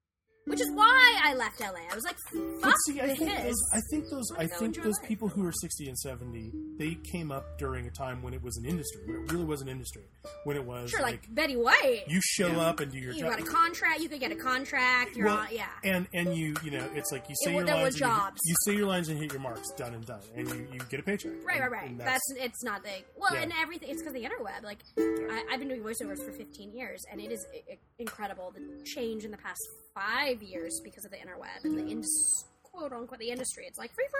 Which is why I left LA. I was like, But fuck see, I think this. those, I think those, Wanna I go think enjoy those life. people who are sixty and seventy, they came up during a time when it was an industry, when it really was an industry, when it was sure, like, like Betty White. you show up and do your you job, got a contract. You could get a contract. You're Well, on, yeah. and and you, you know, it's like you say It- your there were lines, and you- jobs. You, say your lines and hit your marks, done and done, and you, you get a paycheck. Right, right, And- right. and That's, it's not the well, Yeah. and everything. It's because the interweb. Like I, I've been doing voiceovers for 15 years, and it is i- i- incredible the change in the past five years because of the interweb and the indus, quote unquote the industry. It's like free for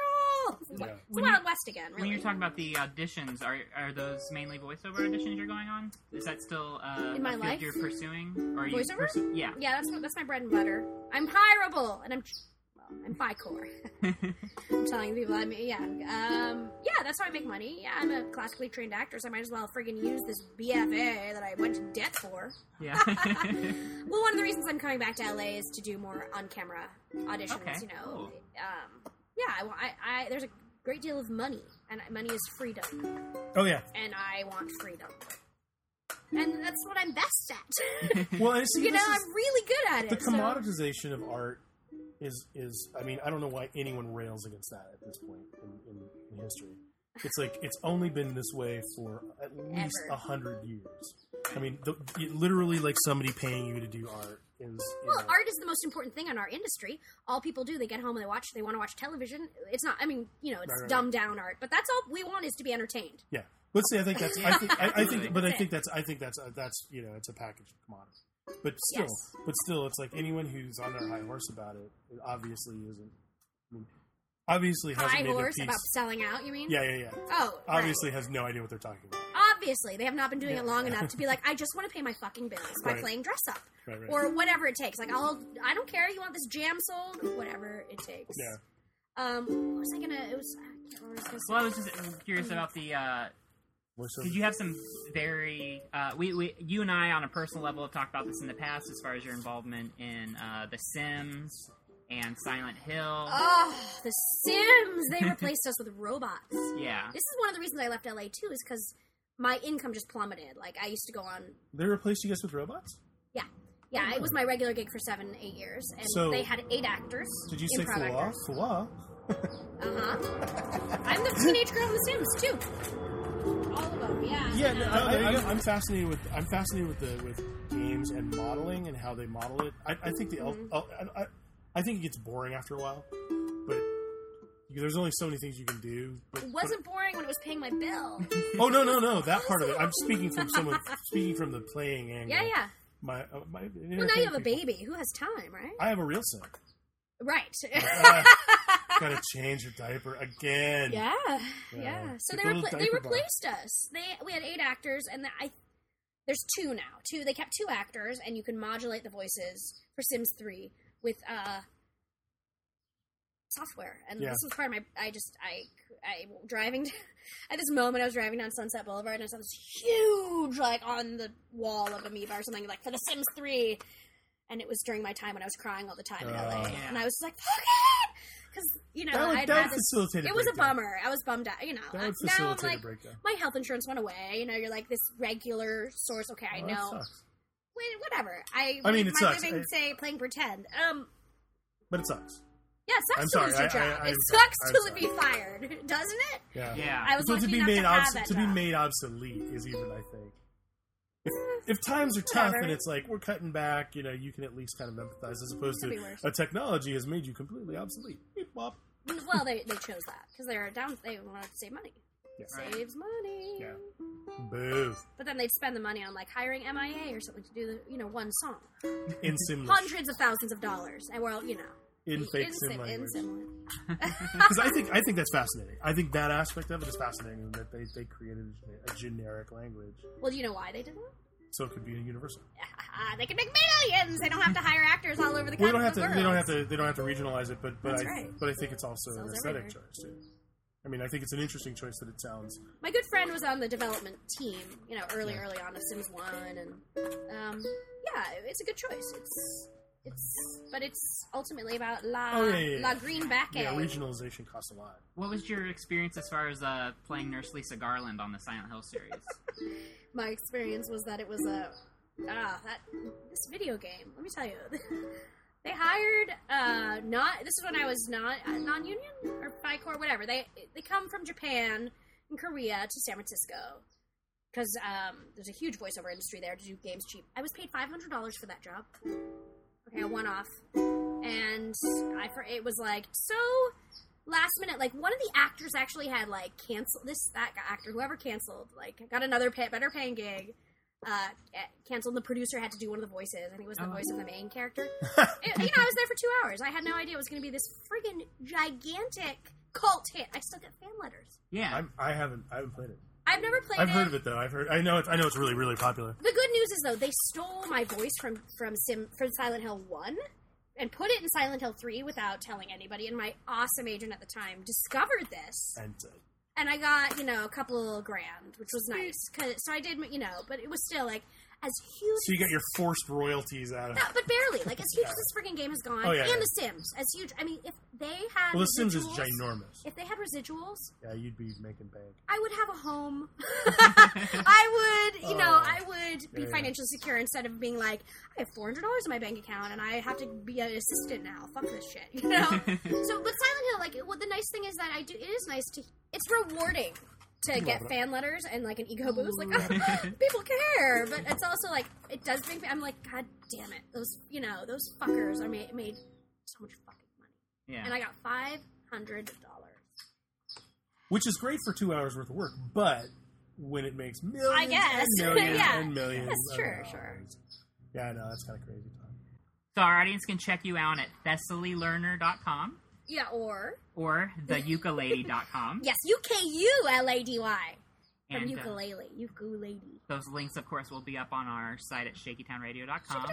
all. It's, like, Yeah. it's When Wild you- West again. when Really. you're talking about the auditions, are are those mainly voiceover auditions you're going on? Is that still uh, In my a field life? you're pursuing? Or are You Voiceover? pursu- yeah. yeah, that's my- that's my bread and butter. I'm hireable, and I'm well, I'm bicore. I'm telling people, I mean, yeah, um, yeah, that's how I make money. Yeah, I'm a classically trained actor, so I might as well friggin' use this BFA that I went to debt for. Yeah. Well, one of the reasons I'm coming back to LA is to do more on camera auditions. Okay, You know, cool. um, yeah. I, wa- I, I there's a great deal of money, and money is freedom, that's- oh yeah. and I want freedom, and that's what I'm best at. Well, I see, you know, this is- I'm really good at it. the so- commoditization of art is is I mean I don't know why anyone rails against that at this point in, in, in history. It's like it's only been this way for at least Ever. a hundred years. I mean, the, it literally like somebody paying you to do art is. you Well, know- art is the most important thing in our industry. All people do, they get home and they watch. They want to watch television. It's not. I mean, you know, it's Right, right, dumbed down art, but that's all we want is to be entertained. Yeah. But see, I think that's. I think. I, I think. But I That's it. think that's. I think that's. Uh, that's. You know, it's a packaged commodity. But still, Yes. but still, it's like anyone who's on their high horse about it, it obviously isn't. I mean, obviously hasn't High made horse a piece. about selling out. You mean? yeah, yeah, yeah. Oh, right. Obviously has no idea what they're talking about. Obviously, they have not been doing it long enough to be like, I just want to pay my fucking bills by Right. playing dress up Right, right. or whatever it takes. Like I'll, I don't care. You want this jam sold, whatever it takes. yeah. Um, what was I gonna? It was I can't remember. What I was Well, I gonna was just curious about the. Uh, More so- Did you have some very uh, we, we you and I on a personal level have talked about this in the past as far as your involvement in uh, The Sims and Silent Hill? Oh, The Sims! They replaced us with robots. This Yeah, is one of the reasons I left LA too, is because my income just plummeted. Like I used to go on. They replaced you guys with robots? Yeah, it was my regular gig for seven, eight years, and So- they had eight actors. Did you say Fua? Fua? Uh huh. Uh-huh. I'm the teenage girl in The Sims too. All of them, yeah. Yeah, no, I, there you I, go. I'm, I'm fascinated with I'm fascinated with the with games and modeling and how they model it. I, I think the el- Mm-hmm. el- I, I, I think it gets boring after a while, but there's only so many things you can do. But, It wasn't boring when it was paying my bill. oh no no no that part of it. I'm speaking from someone speaking from the playing angle. Yeah, yeah. My, uh, my Well, now you have a baby. Who has time, right? I have a real son. Right. Uh, gotta change her diaper again. Yeah, Yeah. yeah. So Get they the little repla- they diaper box. replaced us. They we had eight actors, and the, I there's two now. Two they kept two actors, and you can modulate the voices for Sims Three with uh software. And Yeah. this was part of my. I just I I driving at this moment. I was driving down Sunset Boulevard, and I saw this huge like on the wall of Amoeba or something like for the Sims Three. And it was during my time when I was crying all the time in Uh. LA, Yeah. and I was just like, "Fuck it," because you know That, I would, that had would this facilitate a it was a breakdown. bummer. I was bummed out. You know, That would now I'm facilitate like, a breakdown. my health insurance went away. You know, you're like this regular source. Okay, I Oh, that know. sucks. Wait, whatever. I, I mean, make it my sucks. living, I- say, playing pretend. Um, But it sucks. yeah, it sucks I'm to sorry, lose your I- job. I- I'm it sorry. sucks I'm to sorry. be fired, doesn't it? Yeah. yeah. I was So lucky to be enough made to have obs- that to be job. made obsolete is even I think. If, if times are tough Whatever. and it's like we're cutting back, you know, you can at least kind of empathize as opposed Could to be worse. a technology has made you completely obsolete. Beep, bop. Mm, Well, they, they chose that because they're down. They wanted to save money. Yeah. Right. Saves money. Yeah. Boo. But then they'd spend the money on like hiring MIA or something to do the you know one song, In sim hundreds of thousands of dollars, and well, you know, in fake in sim sim- in language. sim- Because I think I think that's fascinating. I think that aspect of it is fascinating that they, they created a generic language Well, do you know why they did that? so it could be universal. Ah, they can make millions. They don't have to hire actors all over the country. Well, they don't have to. the They don't world. have to. They don't have to regionalize it. But but That's I right. but I think it's also an Sounds aesthetic everywhere. choice too. I mean, I think it's an interesting choice that it sounds. My good friend was on the development team, you know, early, early on of Sims One, and um, yeah, it's a good choice. It's it's, but it's ultimately about la Oh, yeah, yeah, la yeah. green back Yeah, end. regionalization costs a lot. What was your experience as far as uh, playing Nurse Lisa Garland on the Silent Hill series? My experience was that it was a ah that this video game. Let me tell you. They hired uh, not. This is when I was not uh, non-union or FICOR, whatever. They they come from Japan and Korea to San Francisco because um, there's a huge voiceover industry there to do games cheap. I was paid five hundred dollars for that job. Okay, a one-off, and I for it was like so last minute. Like one of the actors actually had like canceled this that actor whoever canceled like got another pay, better paying gig. Uh, canceled. The producer had to do one of the voices. I think it was the Oh. voice of the main character it, you know, I was there for two hours. I had no idea it was going to be this friggin' gigantic cult hit. I still get fan letters. Yeah, I'm, I haven't. I haven't played it. I've never played I've it. heard of it though. I've heard. I know. It's, I know it's really really popular. The good news is though, they stole my voice from from Sim from Silent Hill One and put it in Silent Hill Three without telling anybody. And my awesome agent at the time discovered this, And uh, and I got you know a couple grand, which was nice. 'Cause- so I did you know, but it was still like as huge. so you get your forced royalties out of. No, but barely. Like as huge as this friggin' game has gone, Oh, yeah, and yeah. The Sims, as huge. I mean, if they had Well, The Sims is residuals- ginormous. If they had residuals, Yeah, you'd be making bank. I would have a home. I would, you know, Oh. I would be Yeah, yeah. financially secure instead of being like, I have four hundred dollars in my bank account and I have to be an assistant now. Fuck this shit, you know. so, but Silent Hill, like, well, the nice thing is that I do. It is nice to. It's rewarding to get it. fan letters and like an ego boost. Like, people care, but it's also like it does make me. I'm like, god damn it, those, you know, those fuckers are made, made so much fucking money, and yeah. I got five hundred dollars. Which is great for two hours worth of work, but when it makes millions, guess. and millions Yeah. and millions, Yes, of sure, dollars. sure. Yeah, I know that's kind of crazy. Tom. So our audience can check you out at thessalilearner.com Yeah, or or theukulele.com. Yes, U K U L A D Y. From and, uh, ukulele. ukulele. Those links, of course, will be up on our site at shakytownradio.com.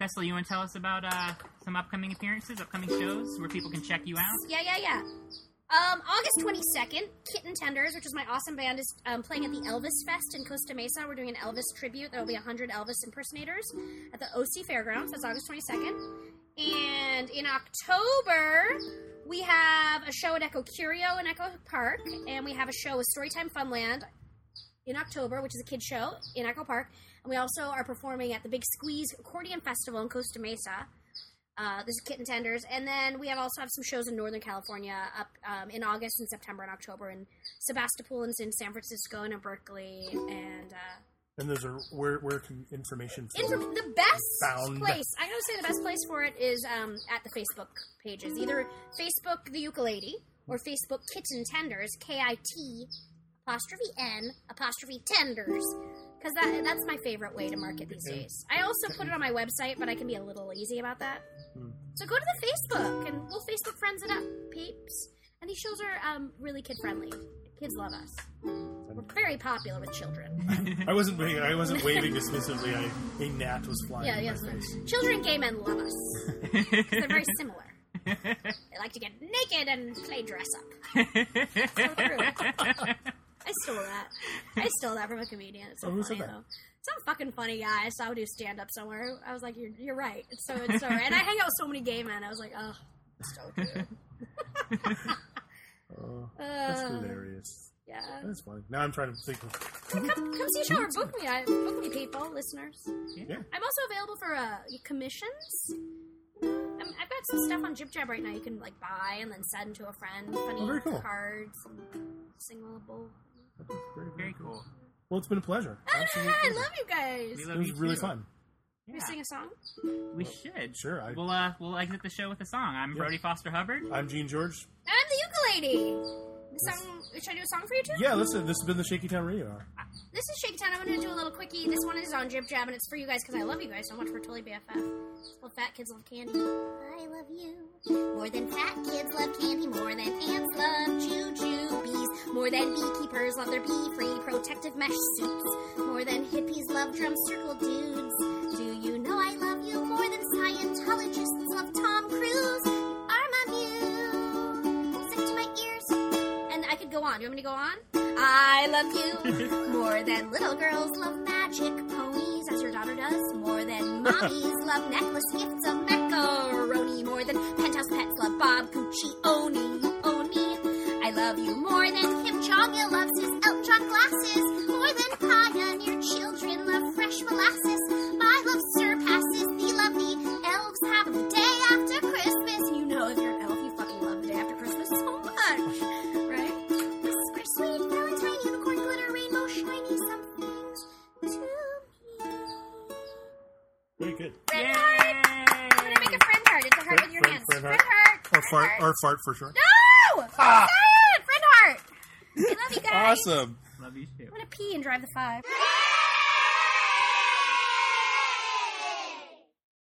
Cecily, you want to tell us about uh, some upcoming appearances, upcoming shows where people can check you out? Yeah, yeah, yeah. Um, August 22nd, Kitten Tenders, which is my awesome band, is um, playing at the Elvis Fest in Costa Mesa. We're doing an Elvis tribute. There will be 100 Elvis impersonators at the OC Fairgrounds. That's August 22nd. And in October, we have a show at Echo Curio in Echo Park, and we have a show with Storytime Funland in October, which is a kid show in Echo Park. And we also are performing at the Big Squeeze Accordion Festival in Costa Mesa. Uh, this is Kitten Tenders, and then we have also have some shows in Northern California up um, in August and September and October in Sebastopol and in San Francisco and in Berkeley and uh, And those are where where can information flow? inform- the best Found. place. I gotta say the best place for it is um, at the Facebook pages, either Facebook the Ukulele or Facebook Kitten Tenders K I T apostrophe N apostrophe Tenders. Because that, that's my favorite way to market these days. I also put it on my website, but I can be a little lazy about that. Hmm. So go to the Facebook and we'll Facebook friends it up, peeps. And these shows are um, really kid friendly. Kids love us. We're very popular with children. I wasn't waving. I wasn't waving dismissively. I, a gnat was flying yeah, in yes. my face. Children and gay men love us. 'Cause They're very similar. They like to get naked and play dress up. So true. I stole that. I stole that from a comedian. It's so Oh, who said funny, that? though. Some fucking funny guy I saw do stand up somewhere. I was like, you're, you're right. It's so it's so right. And I hang out with so many gay men. I was like, oh, so true. Oh, that's Uh, hilarious. yeah. That's funny. Now I'm trying to think. Of, come, come see a show or book me. I, book me, people, listeners. yeah, I'm also available for uh, commissions. Um, I've got some stuff on Jib Jab right now you can like buy and then send to a friend. Funny Oh, very cool. cards, and singable. that is very, Very cool. Well, it's been a pleasure. Absolutely. Ah, I love you guys. We Can love It was you really too. fun. Yeah, we sing a song? we should. Sure, I- We'll uh, we'll exit the show with a song. I'm Brody Foster Hubbard. I'm Gene George. I'm the ukulele. The song. Should I do a song for you too? Yeah, listen. This has been the Shaky Town Radio Hour. This is Shake Town. I'm gonna do a little quickie. This one is on Jib Jab and it's for you guys because I love you guys so much for Totally BFF. Well, fat kids love candy. I love you more than fat kids love candy, more than ants love choo choo bees, more than beekeepers love their bee free protective mesh suits, more than hippies love drum circle dudes. Do you know I love you more than Scientologists love Tom Cruise? You are my muse, stick to my ears, And I could go on. You want me to go on? I love you more than little girls love magic ponies, as your daughter does. More than mommies love necklace gifts of macaroni. More than penthouse pets love Bob Guccione. Oni. I love you more than Kim Jong Il loves his Elton glasses. More than pioneer children love fresh molasses. My love surpasses the love the elves have of the day after Christmas. You know, if you're an elf, you fucking love the day after Christmas so much, right? Whisper sweet valentine, unicorn glitter, rainbow shiny, somethings to me. Very good. Red Yay! heart. I'm gonna make a friend heart. It's a heart Friend- with your friend- hands. friend heart. Friend heart. Or Friend fart. heart. Or fart for sure. No! Ah. Friend heart! Friend heart! I love you guys. Awesome. Love you too. I'm gonna pee and drive the five.